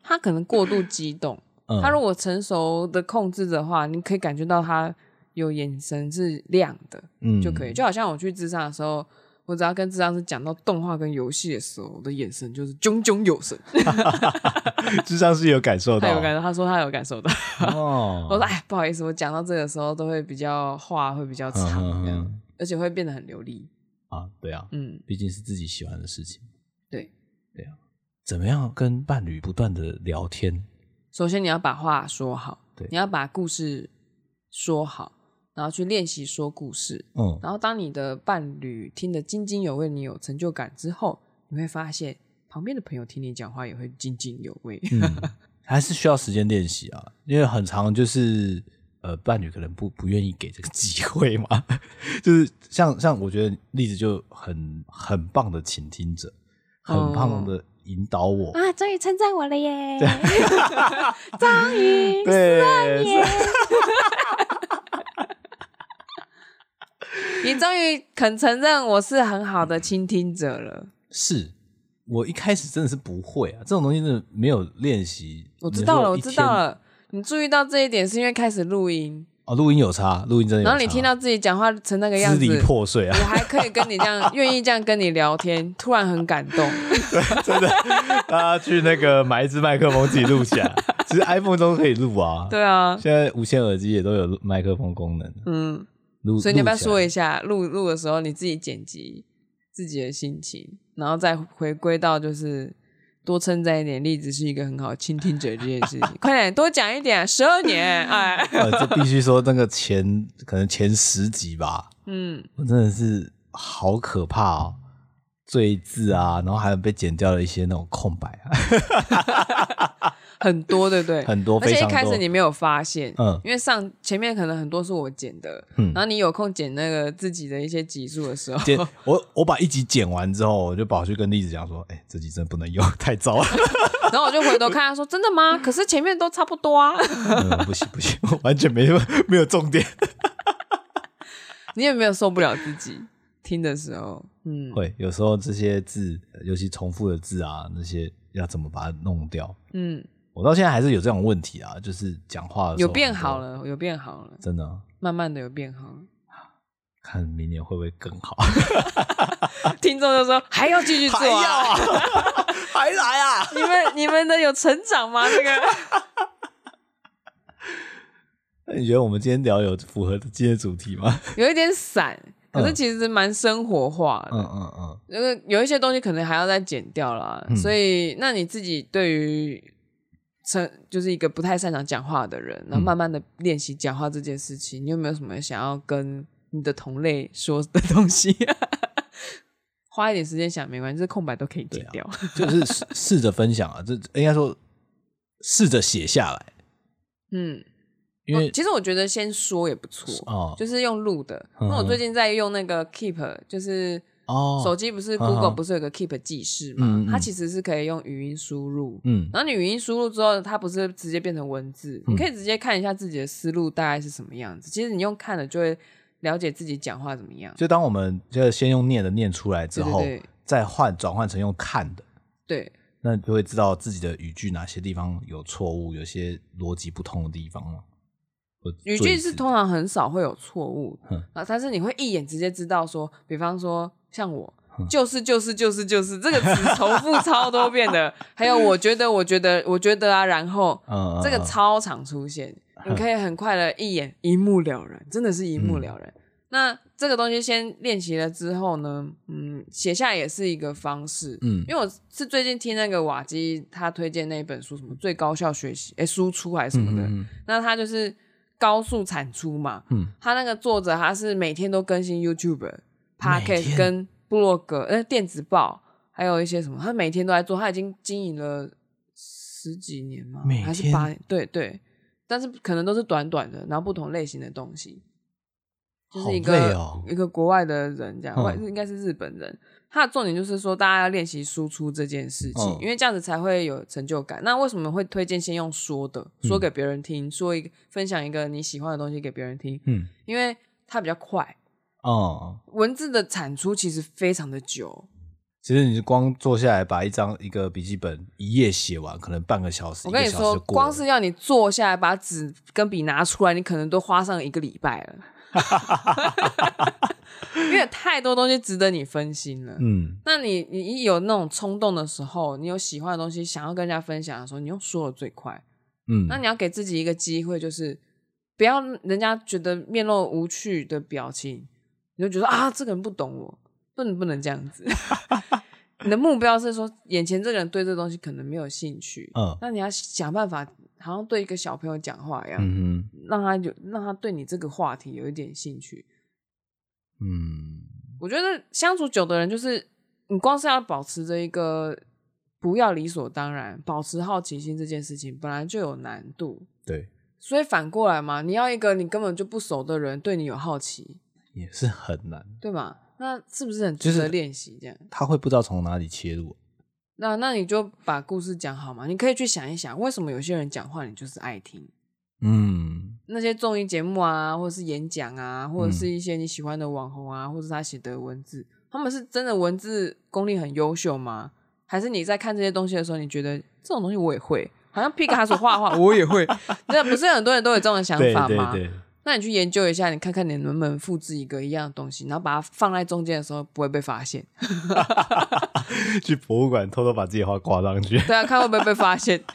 [SPEAKER 2] 他可能过度激动，
[SPEAKER 1] 嗯
[SPEAKER 2] 他如果成熟的控制的话，你可以感觉到他有眼神是亮的
[SPEAKER 1] 嗯
[SPEAKER 2] 就可以。就好像我去智商的时候。我只要跟智商是讲到动画跟游戏的时候，我的眼神就是炯炯有神。
[SPEAKER 1] 智商是有感受
[SPEAKER 2] 他
[SPEAKER 1] 到，
[SPEAKER 2] 有感受，他说他有感受到。
[SPEAKER 1] 哦
[SPEAKER 2] 我说哎，不好意思，我讲到这个时候都会比较话会比较
[SPEAKER 1] 嗯
[SPEAKER 2] 长，
[SPEAKER 1] 嗯
[SPEAKER 2] 这样
[SPEAKER 1] 嗯
[SPEAKER 2] 而且会变得很流利。
[SPEAKER 1] 啊，对啊，
[SPEAKER 2] 嗯，
[SPEAKER 1] 毕竟是自己喜欢的事情。
[SPEAKER 2] 对，
[SPEAKER 1] 对啊，怎么样跟伴侣不断的聊天？嗯
[SPEAKER 2] 首先你要把话说好，
[SPEAKER 1] 对
[SPEAKER 2] 你要把故事说好，然后去练习说故事。
[SPEAKER 1] 嗯，
[SPEAKER 2] 然后当你的伴侣听得津津有味，你有成就感之后，你会发现旁边的朋友听你讲话也会津津有味。
[SPEAKER 1] 嗯，还是需要时间练习啊，因为很长就是呃，伴侣可能不不愿意给这个机会嘛， 就是像像我觉得例子就很很棒的倾听者，
[SPEAKER 2] 哦
[SPEAKER 1] 很胖的引导我。
[SPEAKER 3] 啊，终于称赞我了耶！ 终于，
[SPEAKER 2] 啊
[SPEAKER 1] 对，是
[SPEAKER 2] 你终于肯承认我是很好的倾听者了。
[SPEAKER 1] 是我一开始真的是不会啊，这种东西真的没有练习。
[SPEAKER 2] 我知道了，我
[SPEAKER 1] 你说
[SPEAKER 2] 知
[SPEAKER 1] 一天
[SPEAKER 2] 道。了。你注意到这一点是因为开始录音，
[SPEAKER 1] 哦，录音有差，录音真的有差。
[SPEAKER 2] 然后你听到自己讲话成那个样
[SPEAKER 1] 支
[SPEAKER 2] 子，
[SPEAKER 1] 离破碎 啊
[SPEAKER 2] 我！还可以跟你这样，愿意这样跟你聊天，突然很感动。
[SPEAKER 1] 大家去那个买一支麦克风自己录起 来，其实 iPhone 都可以录啊。
[SPEAKER 2] 对啊，
[SPEAKER 1] 现在无线耳机也都有麦克风功能，
[SPEAKER 2] 嗯，
[SPEAKER 1] 录。
[SPEAKER 2] 所以你要不要说
[SPEAKER 1] 一
[SPEAKER 2] 一下，录录的时候你自己剪辑自己的心情，然后再回归到就是多称赞一点，栗子是一个很好倾听者这件事 情，快点多讲一点，十二年，哎，
[SPEAKER 1] 呃，这必须说那个前可能前十集吧，
[SPEAKER 2] 嗯，
[SPEAKER 1] 我真的是好可怕哦，罪字啊，然后还有被剪掉了一些那种空白啊，
[SPEAKER 2] 很多对不对？
[SPEAKER 1] 很多，
[SPEAKER 2] 而且
[SPEAKER 1] 非
[SPEAKER 2] 一
[SPEAKER 1] 常
[SPEAKER 2] 开
[SPEAKER 1] 多
[SPEAKER 2] 始你没有发现，
[SPEAKER 1] 嗯
[SPEAKER 2] 因为上前面可能很多是我剪的，
[SPEAKER 1] 嗯
[SPEAKER 2] 然后你有空剪那个自己的一些集数的时候，
[SPEAKER 1] 剪 我我把一集剪完之后，我就跑去跟栗子讲说，哎、这集真的不能用， 太糟了，
[SPEAKER 2] 然后我就回头看他说：“真的吗？可是前面都差不多啊。
[SPEAKER 1] 嗯、不行不行，完全没有没有重点，”
[SPEAKER 2] 你有没有受不了自己听的时候？嗯
[SPEAKER 1] 会有时候这些字，尤其重复的字啊，那些要怎么把它弄掉？
[SPEAKER 2] 嗯，
[SPEAKER 1] 我到现在还是有这种问题啊，就是讲话的时候
[SPEAKER 2] 有变好
[SPEAKER 1] 很
[SPEAKER 2] 了，有变好了
[SPEAKER 1] 多，，真的啊
[SPEAKER 2] 慢慢的有变好了。
[SPEAKER 1] 看明年会不会更好？
[SPEAKER 2] 听众就说：“还要 继续做啊？
[SPEAKER 1] 啊， 还来啊！
[SPEAKER 2] 你们你们的有成长吗？这 个
[SPEAKER 1] 那你觉得我们今天聊有符合今天的主题吗？
[SPEAKER 2] 有一点散，可是
[SPEAKER 1] 嗯
[SPEAKER 2] 其实蛮生活化的。
[SPEAKER 1] 嗯嗯嗯，
[SPEAKER 2] 那个有一些东西可能还要再剪掉啦，
[SPEAKER 1] 嗯
[SPEAKER 2] 所以那你自己对于成就是一个不太擅长讲话的人，
[SPEAKER 1] 嗯
[SPEAKER 2] 然后慢慢的练习讲话这件事情，你有没有什么想要跟你的同类说的东西？ 花一点时间想没关系，这空白都可以
[SPEAKER 1] 啊
[SPEAKER 2] 剪掉。
[SPEAKER 1] 就是试试着分享啊，这应该说试着写下来，
[SPEAKER 2] 嗯，
[SPEAKER 1] 因为
[SPEAKER 2] 其实我觉得先说也不错，
[SPEAKER 1] 哦
[SPEAKER 2] 就是用录的。
[SPEAKER 1] 嗯哼
[SPEAKER 2] 那我最近在用那个 Keep，就是
[SPEAKER 1] 哦
[SPEAKER 2] 手机不是
[SPEAKER 1] 嗯哼
[SPEAKER 2] Google 不是有个 Keep 记事嘛
[SPEAKER 1] 嗯嗯？
[SPEAKER 2] 它其实是可以用语音输入，
[SPEAKER 1] 嗯
[SPEAKER 2] 然后你语音输入之后，它不是直接变成文字，你可以直接看一下自己的思路大概是什么样子。其实你用看了就会了解自己讲话怎么样。
[SPEAKER 1] 就当我们就是先用念的念出来之后
[SPEAKER 2] 对对对，
[SPEAKER 1] 再换转换成用看的，
[SPEAKER 2] 对，
[SPEAKER 1] 那你就会知道自己的语句哪些地方有错误，有些逻辑不通的地方嘛。或
[SPEAKER 2] 语
[SPEAKER 1] 赘
[SPEAKER 2] 句是
[SPEAKER 1] 字
[SPEAKER 2] 通常很少会有错误
[SPEAKER 1] 嗯
[SPEAKER 2] 啊，但是你会一眼直接知道说，比方说像我
[SPEAKER 1] 嗯。
[SPEAKER 2] 就是就是就是就是这个词重复超多遍的， 还有我觉得我觉得我觉得啊，然后
[SPEAKER 1] 嗯嗯
[SPEAKER 2] 这个
[SPEAKER 1] 嗯
[SPEAKER 2] 超常出 现，你可以很快的一眼一目了然，真的是一目了
[SPEAKER 1] 嗯
[SPEAKER 2] 然。那这个东西先练习了之后呢，嗯，写下来也是一个方式。
[SPEAKER 1] 嗯
[SPEAKER 2] 因为我是最近听那个瓦基他推荐那一本书，什么最高效学习，哎，输出还是什么的，
[SPEAKER 1] 嗯嗯
[SPEAKER 2] 那他就是高速产出嘛。
[SPEAKER 1] 嗯
[SPEAKER 2] 他那个作者他是每天都更新 YouTube、
[SPEAKER 1] 每
[SPEAKER 2] Podcast
[SPEAKER 1] 天
[SPEAKER 2] 跟部落格、呃电子报，还有一些什么，他每天都在做，他已经经营了十几年嘛
[SPEAKER 1] 每，
[SPEAKER 2] 还是
[SPEAKER 1] 天
[SPEAKER 2] 八年？对对，但是可能都是短短的，然后不同类型的东西。就
[SPEAKER 1] 好
[SPEAKER 2] 是一
[SPEAKER 1] 累
[SPEAKER 2] 个、
[SPEAKER 1] 哦
[SPEAKER 2] 一个国外的人这样，
[SPEAKER 1] 嗯
[SPEAKER 2] 外应该是日本人。他的重点就是说，大家要练习输出这件事情，
[SPEAKER 1] 嗯
[SPEAKER 2] 因为这样子才会有成就感。那为什么会推荐先用说的，说
[SPEAKER 1] 嗯
[SPEAKER 2] 给别人听，说一个分享一个你喜欢的东西给别人听？
[SPEAKER 1] 嗯
[SPEAKER 2] 因为它比较快，
[SPEAKER 1] 哦，
[SPEAKER 2] 文字的产出其实非常的久，
[SPEAKER 1] 其实你光坐下来把一张一个笔记本一页写完，可能半个小时。
[SPEAKER 2] 我跟你
[SPEAKER 1] 一个小时
[SPEAKER 2] 说，
[SPEAKER 1] 就过了
[SPEAKER 2] 光是要你坐下来把纸跟笔拿出来，你可能都花上一个礼拜了， 因为有太多东西值得你分心了。
[SPEAKER 1] 嗯
[SPEAKER 2] 那你你一有那种冲动的时候，你有喜欢的东西想要跟人家分享的时候，你用说的最快。
[SPEAKER 1] 嗯，
[SPEAKER 2] 那你要给自己一个机会，就是不要人家觉得面露无趣的表情，你就觉得啊，这个人不懂我，不能不能这样子。 你的目标是说，眼前这个人对这东西可能没有兴趣，
[SPEAKER 1] 嗯
[SPEAKER 2] 那你要想办法，好像对一个小朋友讲话一样，
[SPEAKER 1] 嗯哼
[SPEAKER 2] 让他有让他对你这个话题有一点兴趣。
[SPEAKER 1] 嗯
[SPEAKER 2] 我觉得相处久的人，就是你光是要保持着一个不要理所当然，保持好奇心这件事情本来就有难度，
[SPEAKER 1] 对，
[SPEAKER 2] 所以反过来嘛，你要一个你根本就不熟的人对你有好奇，
[SPEAKER 1] 也是很难，
[SPEAKER 2] 对吗？那是不是很
[SPEAKER 1] 就
[SPEAKER 2] 值
[SPEAKER 1] 是
[SPEAKER 2] 得练习？这样
[SPEAKER 1] 他会不知道从哪里切入。啊
[SPEAKER 2] 那那你就把故事讲好嘛，你可以去想一想，为什么有些人讲话你就是爱听？
[SPEAKER 1] 嗯
[SPEAKER 2] 那些综艺节目啊，或者是演讲啊，或者是一些你喜欢的网红啊，或者是他写的文字，他们是真的文字功力很优秀吗？还是你在看这些东西的时候，你觉得这种东西我也会？好像皮卡所画 的画我也会， 那不是很多人都有这种想
[SPEAKER 1] 对
[SPEAKER 2] 法吗？
[SPEAKER 1] 对 对，
[SPEAKER 2] 那你去研究一下，你看看你能不能复制一个一样的东西，然后把它放在中间的时候不会被发现。
[SPEAKER 1] 去博物馆偷偷把自己画挂上去。
[SPEAKER 2] 对啊，看会不会被发现。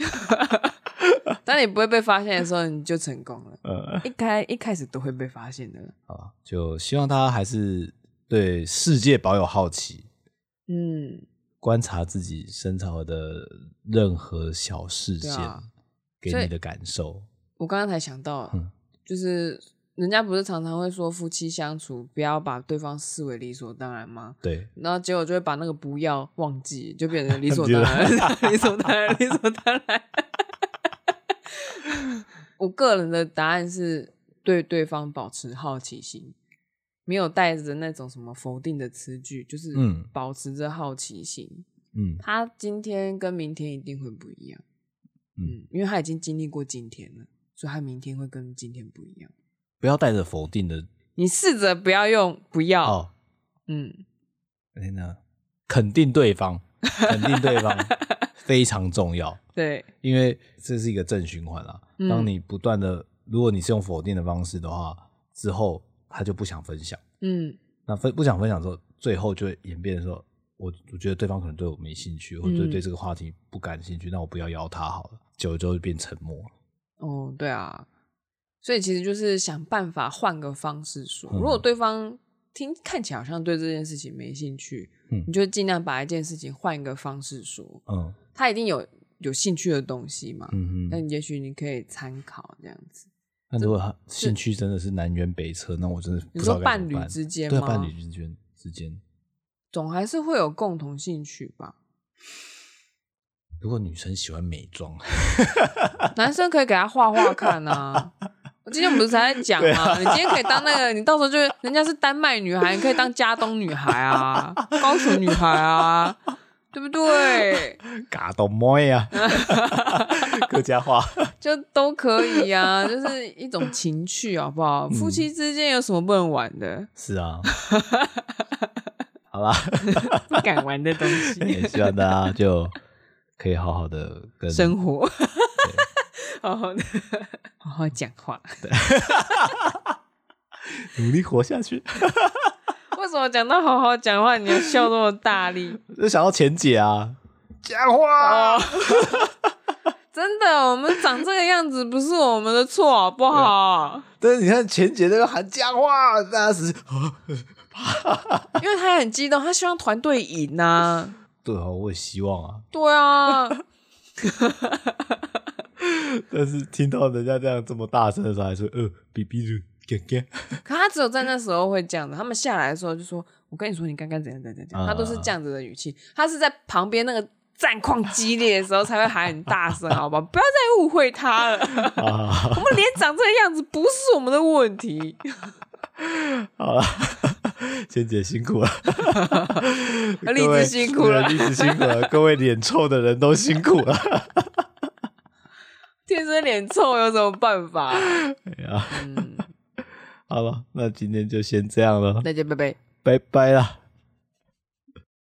[SPEAKER 2] 当你不会被发现的时候，你就成功了。
[SPEAKER 1] 呃，
[SPEAKER 2] 一开一开始都会被发现的。
[SPEAKER 1] 好，就希望大家还是对世界保有好奇，
[SPEAKER 2] 嗯，
[SPEAKER 1] 观察自己身上的任何小事件
[SPEAKER 2] 对啊
[SPEAKER 1] 给
[SPEAKER 2] 所以
[SPEAKER 1] 你的感受。
[SPEAKER 2] 我刚刚才想到
[SPEAKER 1] 嗯，
[SPEAKER 2] 就是人家不是常常会说夫妻相处不要把对方视为理所当然吗？
[SPEAKER 1] 对，
[SPEAKER 2] 然后结果就会把那个不要忘记，就变成 理所当然， 理所当然，理所当然。 我个人的答案是对对方保持好奇心，没有带着那种什么否定的词句，就是
[SPEAKER 1] 嗯
[SPEAKER 2] 保持着好奇心。
[SPEAKER 1] 嗯，
[SPEAKER 2] 他今天跟明天一定会不一样，
[SPEAKER 1] 嗯
[SPEAKER 2] 嗯，因为他已经经历过今天了，所以他明天会跟今天不一样。
[SPEAKER 1] 不要带着否定的
[SPEAKER 2] 你试着不要用不要，
[SPEAKER 1] 哦，
[SPEAKER 2] 嗯，
[SPEAKER 1] 哎呢，肯定对方，肯定对 方非常重要，
[SPEAKER 2] 对，
[SPEAKER 1] 因为这是一个正循环啦。
[SPEAKER 2] 嗯
[SPEAKER 1] 当你不断的，如果你是用否定的方式的话，之后他就不想分享，
[SPEAKER 2] 嗯
[SPEAKER 1] 那分不想分享之后，最后就会演变成说，我我觉得对方可能对我没兴趣，或者对
[SPEAKER 2] 嗯
[SPEAKER 1] 对这个话题不感兴趣，那我不要邀他好了。久了之后就变沉默了。
[SPEAKER 2] 哦，对啊，所以其实就是想办法换个方式说。
[SPEAKER 1] 嗯
[SPEAKER 2] 如果对方听看起来好像对这件事情没兴趣，
[SPEAKER 1] 嗯
[SPEAKER 2] 你就尽量把一件事情换一个方式说。
[SPEAKER 1] 嗯
[SPEAKER 2] 他一定有有兴趣的东西嘛，
[SPEAKER 1] 嗯
[SPEAKER 2] 那
[SPEAKER 1] 嗯。
[SPEAKER 2] 也许你可以参考这样子。
[SPEAKER 1] 那如果他兴趣真的是南辕北辙，那我真的不
[SPEAKER 2] 你
[SPEAKER 1] 知道
[SPEAKER 2] 说
[SPEAKER 1] 该怎
[SPEAKER 2] 伴
[SPEAKER 1] 么
[SPEAKER 2] 侣
[SPEAKER 1] 办。
[SPEAKER 2] 之间
[SPEAKER 1] 对
[SPEAKER 2] 吗？
[SPEAKER 1] 啊伴侣之间之间，
[SPEAKER 2] 总还是会有共同兴趣吧。
[SPEAKER 1] 如果女生喜欢美妆，
[SPEAKER 2] 男生可以给他画画看啊。我今天不是才在讲吗？你今天可以当那个，你到时候就是人家是丹麦女孩，你可以当加东女孩啊，高雄女孩啊，对不对？
[SPEAKER 1] 嘎到摸 呀，客家话。
[SPEAKER 2] 就都可以啊，就是一种情趣，好不好？夫妻之间有什么不能玩的、
[SPEAKER 1] 是啊， 好啦，
[SPEAKER 2] 不敢玩的东西？
[SPEAKER 1] 也希望大家就可以好好的跟
[SPEAKER 2] 生活， 好好的，好好讲话。
[SPEAKER 1] 努力活下去。
[SPEAKER 2] 为什么讲到好好讲话，你要笑那么大力？
[SPEAKER 1] 就想到钱姐啊，讲
[SPEAKER 2] 哦
[SPEAKER 1] 话，
[SPEAKER 2] 真的，我们长这个样子不是我们的错，好不好？
[SPEAKER 1] 但是你看钱姐那个喊讲话，大家只是哦
[SPEAKER 2] 因为他很激动，他希望团队赢呐、啊。
[SPEAKER 1] 对啊，我也希望啊，
[SPEAKER 2] 对啊，
[SPEAKER 1] 但是听到人家这样这么大声的时候，还说呃，比比鲁，干干，
[SPEAKER 2] 可他只有在那时候会这样子。他们下来的时候就说：“我跟你说，你刚刚怎样怎样怎样。”他都是这样子的语气，他是在旁边那个战况激烈的时候才会喊很大声，好吧？不要再误会他了。我
[SPEAKER 1] 啊，
[SPEAKER 2] 们脸长这个样子不是我们的问题。
[SPEAKER 1] 好了，钱姐辛 苦了，
[SPEAKER 2] 栗子
[SPEAKER 1] 各位
[SPEAKER 2] 辛苦了
[SPEAKER 1] 对栗子辛苦了，各位脸臭的人都辛苦了。
[SPEAKER 2] 天生脸臭有什么办法？
[SPEAKER 1] 哎呀，
[SPEAKER 2] 嗯，
[SPEAKER 1] 好了，那今天就先这样了，
[SPEAKER 2] 大家拜拜。
[SPEAKER 1] 拜拜啦。